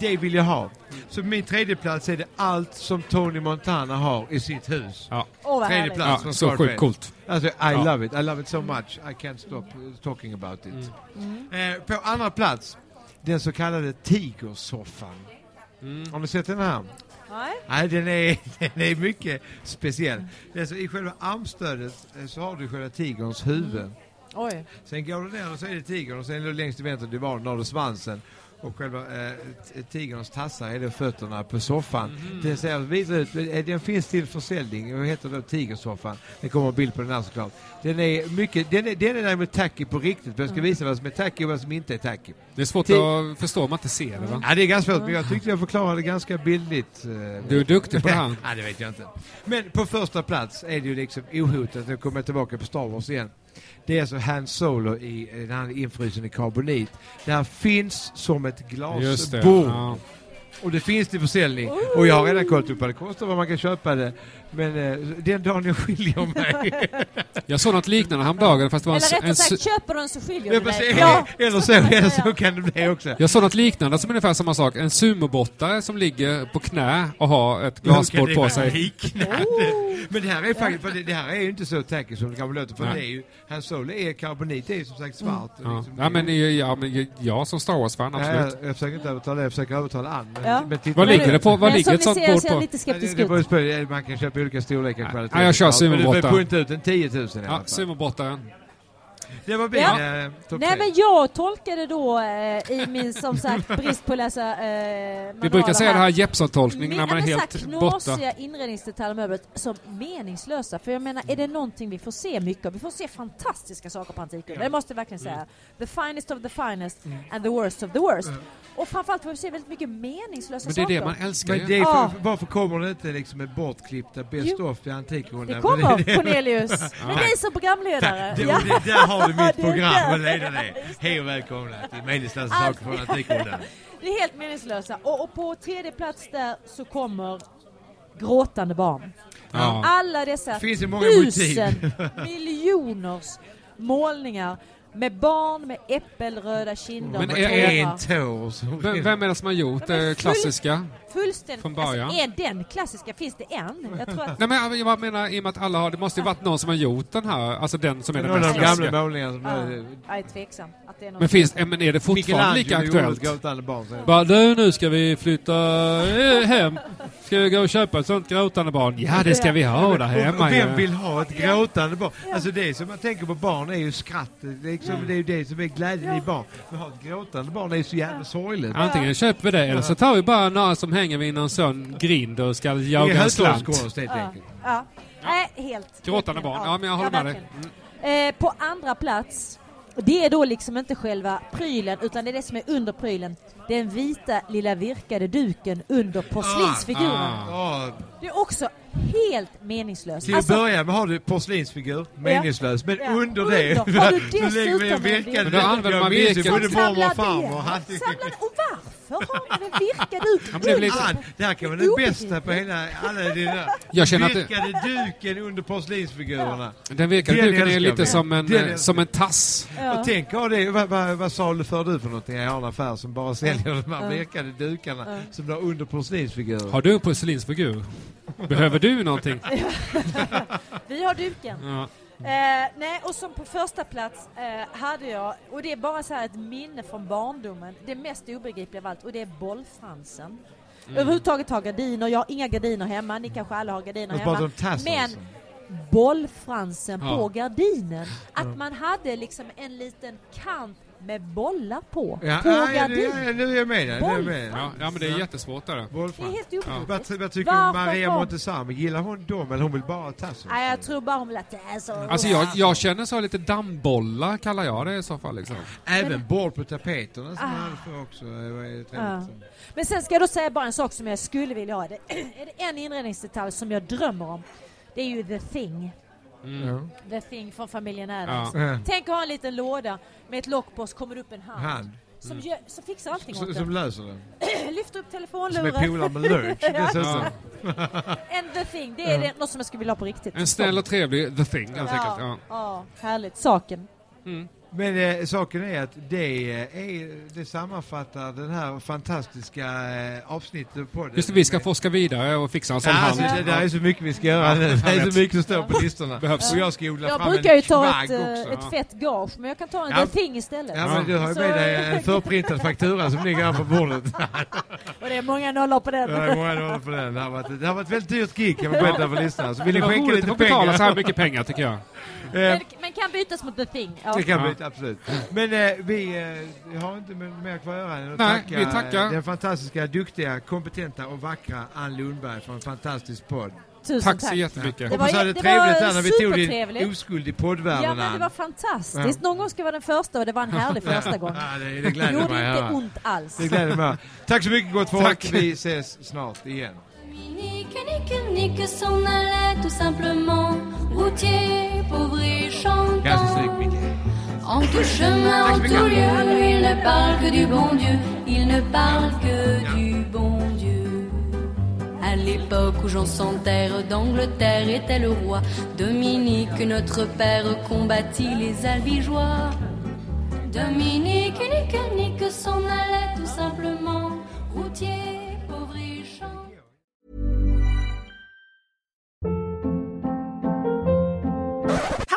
B: Det vill jag ha. Så min tredje plats är det allt som Tony Montana har i sitt hus.
D: Ja,
C: Åh, vad
B: Tredje
C: härligt.
B: plats
D: ja
B: från
D: så
B: Scarface.
D: sjukt coolt.
B: Alltså, I
D: Ja.
B: love
C: Mm.
B: it. I love it so much. I can't stop uh, talking about it. Eh, på Mm. andra plats, den så kallade tigersoffan.
D: Mm.
B: Har ni sett den här?
C: Nej.
B: Nej, den är, den är mycket speciell. Det är så, I själva armstödet eh, så har du själva tigerns huvud.
C: Oj.
B: Sen går du ner och så är det tigern och sen är det längst till vänster det var har du svansen. Och själva eh, t- tigerns tassar är då fötterna på soffan. Den ser vidare ut. Eh, Den finns till försäljning. Vad heter då tigersoffan? Det kommer en bild på den här såklart. Den är mycket, den är, den är däremot tacky på riktigt. Men jag ska visa vad som är tacky och vad som inte är tacky.
D: Det är svårt
B: Ti-
D: att förstå om man inte ser det va?
B: Ja, det är ganska svårt men jag tyckte jag förklarade ganska bildligt. eh,
D: Du är duktig på det här.
B: Nej, det vet jag inte. Men på första plats är det ju liksom ohotat, nu kommer jag tillbaka på Star Wars igen. Det är alltså Han Solo i, eh, när han är infrusen i karbonit. Det här finns som ett
D: Just det.
B: glasbord.
D: Ja.
B: Och det finns till försäljning. Och jag har redan kollat upp vad det kostar, vad man kan köpa det. Men eh, den dagen jag skiljer mig.
D: Jag såg något liknande häromdagen fast det var
C: Eller
D: en,
C: rättare
D: Alltså, en,
C: sagt,
D: su-
C: köper du den så skiljer
B: Jag
C: du
B: bara
C: dig.
B: säger,
C: Ja.
B: Eller så, eller så kan det bli också.
D: jag såg något liknande som ungefär samma sak. En sumobottare som ligger på knä och har ett glasbord på sig.
B: Liknande.
C: Oh.
B: Men det här är faktiskt, för det, det här är ju inte så tacky som det kanske låter, för
D: Nej. Mm.
B: det är ju, Han Solo är karbonit, det är ju som sagt svart. och
D: Ja.
B: liksom-
D: Ja, men, ja, men jag som Star Wars-fan,
B: Nej,
D: absolut.
B: jag, jag försöker inte övertala dig, jag försöker övertala Ann. Men,
C: Ja.
B: men titta-
D: Vad ligger det på? Vad
C: Men
D: ligger
C: som
D: ett
C: ni
D: sånt
C: ser, jag
D: bord
C: ser
D: på?
C: lite
B: Nej, det-
C: skeptisk
B: det
C: ut.
B: beror ju på- ja, Man kan köpa olika storlekar och
D: Nej.
B: kvaliteter.
D: Ja, jag kör
B: Men Du
D: Sumobottar.
B: får punta ut en 10 000 i alla
D: Ja,
B: fall.
D: sumobottaren.
B: Det var min
C: Ja.
B: eh, topp
C: Nej
B: tre.
C: men jag tolkade då eh, i min som sagt brist på att läsa eh,
D: Vi brukar säga den här
C: Men,
D: Jeppson-tolkningen när man är
C: men så
D: helt
C: här
D: borta.
C: knasiga inredningsdetaljer med möblet som meningslösa. För jag menar, är det någonting vi får se mycket av? Vi får se fantastiska saker på Antikrundan. Det måste jag verkligen säga.
D: Mm.
C: The finest of the finest and the worst of the worst. Och framförallt får vi se väldigt mycket meningslösa
D: Men det är det man
C: saker.
D: älskar
B: Men
D: ju.
B: det är
C: Ja.
B: för, varför kommer det inte liksom med bortklippta Best
C: Jo.
B: of i Antikrundan?
C: Det
B: Men
C: kommer, Cornelius. Men
B: Tack.
C: ni som programledare.
B: Det,
C: Ja.
B: det, där har du mitt
C: Det är
B: program
C: där. Alltså.
B: att leda dig. Hej och välkomna till Meningslösa
C: Allt-
B: saker från Antikrundan.
C: Det är helt meningslösa. Och, och på tredje plats där så kommer gråtande barn.
D: Ja.
C: Alla dessa
B: Finns det många
C: tusen miljoners målningar med barn med äppelröda kinder
D: Men
C: och
D: är- är-
C: tårar.
B: En tår som
D: V- Vem är det som har gjort
C: Men
D: det
C: full-
D: klassiska?
C: Fullständigt.
D: Från början.
C: Alltså, är den klassiska? Finns det en? Jag tror att...
D: Nej men jag bara menar i och med att alla har, det måste ju varit någon som har gjort den här, alltså den som är den
B: Någon av
D: mest
B: de gamla
D: klassiska.
B: målningarna som...
C: Ja,
B: är-
C: jag är tveksam. Att det är någon...
D: Men finns, eh, men är det fortfarande lika
B: Michelangelo gjorde ett
D: aktuellt?
B: gråtande barn. säger jag.
D: Bara du, nu ska vi flytta eh, hem. Ska vi gå och köpa ett sånt gråtande barn? Ja, det ska vi ha där
B: Och, och
D: hemma
B: vem
D: ju.
B: vill ha ett gråtande barn? Alltså det som man tänker på barn är ju skratt. Det är, liksom, det, är ju det som är glädjen i barn. Men ha ett gråtande barn är ju så jävla sorgligt.
D: Antingen köper vi det eller så tar vi bara några som hänger vid någon sån grind och ska
B: Det är
D: jaga en slant.
B: hötorgskonst helt enkelt.
C: Ja. Nej, helt.
D: Gråtande
C: helt-
D: barn. Ja, men jag håller med dig. Mm.
C: verkligen. Eh, på andra plats, det är då liksom inte själva prylen utan det är det som är under prylen. Den vita lilla virkade duken under porslinsfiguren.
D: Ah,
B: Ja,
C: Det är också helt meningslöst.
B: till att börja med har du porslinsfigur, meningslös. Men
C: Alltså- Ja.
B: under
C: Under.
B: det...
C: Har du
B: då lägger vi en
C: dessutom en
B: virkad-
D: Men då använder man
B: Jag minns ju
D: virket.
B: både mormor och farmor.
C: Samlar
B: hade-
C: det. Samlar det. Och varför har man en virkad duk
D: men det är väl lite-
B: Fan, det här kan vara det bästa på hela... Alla dina
D: Jag känner att det-
B: virkade duken under porslinsfigurerna.
D: Den virkade
B: Den
D: duken är
B: älskar
D: lite
B: vi.
D: som en,
B: Den
D: eh,
B: älskar
D: som en tass.
B: Och tänk, ja, det, vad, vad, vad saluför du för någonting? Jag har en affär som bara säljer de här virkade dukarna som du har under porslinsfigurer.
D: Har du en porslinsfigur? Behöver du någonting?
C: Vi har duken.
D: Ja.
C: Eh, nej, och som på första plats eh, hade jag, och det är bara så här ett minne från barndomen, det mest obegripliga av allt, och det är bollfransen.
B: Mm.
C: Överhuvudtaget har gardiner, jag har inga gardiner hemma, ni kanske alla har gardiner
B: Jag pratar
C: hemma.
B: om tassels.
C: Men bollfransen
D: Ja.
C: på gardinen, att man hade liksom en liten kant med bollar på,
B: Ja,
C: på
B: ja, ja,
C: gardin.
B: nu, ja, nu är jag med dig. Nu är jag med dig.
D: Ja, ja, men det är jättesvårt där.
C: Det är
B: Wolfram.
C: helt obegripligt.
B: Vad, vad tycker
C: Varför
B: Maria
C: kom-
B: Montazami? Gillar hon dem eller hon vill bara ha tassels?
C: Nej, jag tror bara hon vill att det är så.
D: Alltså jag, jag känner så här lite dammbollar kallar jag det i så fall liksom.
B: Även bord på tapeterna som man hade för också. eh, Det var ju trevligt.
C: Men sen ska jag då säga bara en sak som jag skulle vilja ha. Det är det en inredningsdetalj som jag drömmer om. Det är ju The Thing. The Thing från familjen Adams.
D: Ja.
B: Mm. Ja.
C: Tänk att ha en liten låda med ett lock på och så kommer det upp en hand.
B: Hand. Mm.
C: Som, gör, som fixar allting
B: Som,
C: åt
B: som
C: som,
B: löser det.
C: Lyfter upp
B: Som är
C: telefonluren.
B: polare med Lurch dessutom.
D: Ja.
C: En The Thing. Det är det, något som jag skulle vilja ha på riktigt.
D: En snäll och trevlig The Thing helt
C: ja,
D: enkelt. Ja.
C: ja, härligt. Saken.
B: Men eh, saken är att det, eh, är, det sammanfattar den här fantastiska eh, avsnittet på det.
D: Just det, vi ska forska vidare och fixa en
B: Ja,
D: sån
B: alltså,
D: hand.
B: det, det är så mycket vi ska göra nu. Det är så mycket som står på listorna.
D: Behövs.
B: Och jag ska odla
C: Jag
B: fram
C: brukar
B: en
C: ju ta
B: kvagg
C: ett,
B: också.
C: eh, ett fett gage, men jag kan ta en
B: Ja.
C: The Thing istället.
B: Ja, men du har ju
C: Så-
B: med dig en förprintad faktura som ligger här på bordet.
C: Och det är många nollor på den.
B: Det är många dollar för den. Det har varit, det har varit ett väldigt dyrt gig kan man berätta för lyssnarna. Så vill
D: Det
B: ni
D: var
B: skänka
D: roligt att
B: lite
D: få betala så här
B: pengar?
D: mycket pengar tycker jag.
B: Eh,
C: Men, men kan bytas mot The Thing. Ja.
B: Det kan
D: Ja.
B: bli, absolut. Men eh, vi, eh, vi har inte m- mer kvar att göra än att
D: Nej,
B: tacka
D: vi tackar.
B: eh, den fantastiska, duktiga, kompetenta och vackra Ann Lundberg för en fantastisk podd.
C: Tusen
D: Tack
C: tack.
D: så jättemycket.
C: Det var
B: Hoppas du
C: ju-
B: hade
C: det
B: trevligt
C: var
B: där när vi tog din
C: supertrevligt.
B: oskuld i poddvärlden.
C: Ja men det var
B: Ann.
C: fantastiskt. Någon gång ska vara den första och det var en härlig första gång.
B: Ja, det, det
C: Det
B: gläder mig
C: gjorde
B: att
C: inte
B: höra.
C: ont alls.
B: Det gläder mig. Tack så mycket gott folk.
D: Tack.
B: Vi ses snart igen.
A: Nique, nique, nique, s'en allait tout simplement. Routier, pauvre et
B: Ganska snygg
A: chantant.
B: Micke.
A: En tout chemin, en tout lieu, il ne parle que du bon Dieu. Il ne parle que du bon Dieu. À l'époque où Jean sans terre d'Angleterre était le roi, Dominique, notre père, combattit les albigeois. Dominique, nique, nique, s'en allait tout simplement. Routier, pauvre et chantant.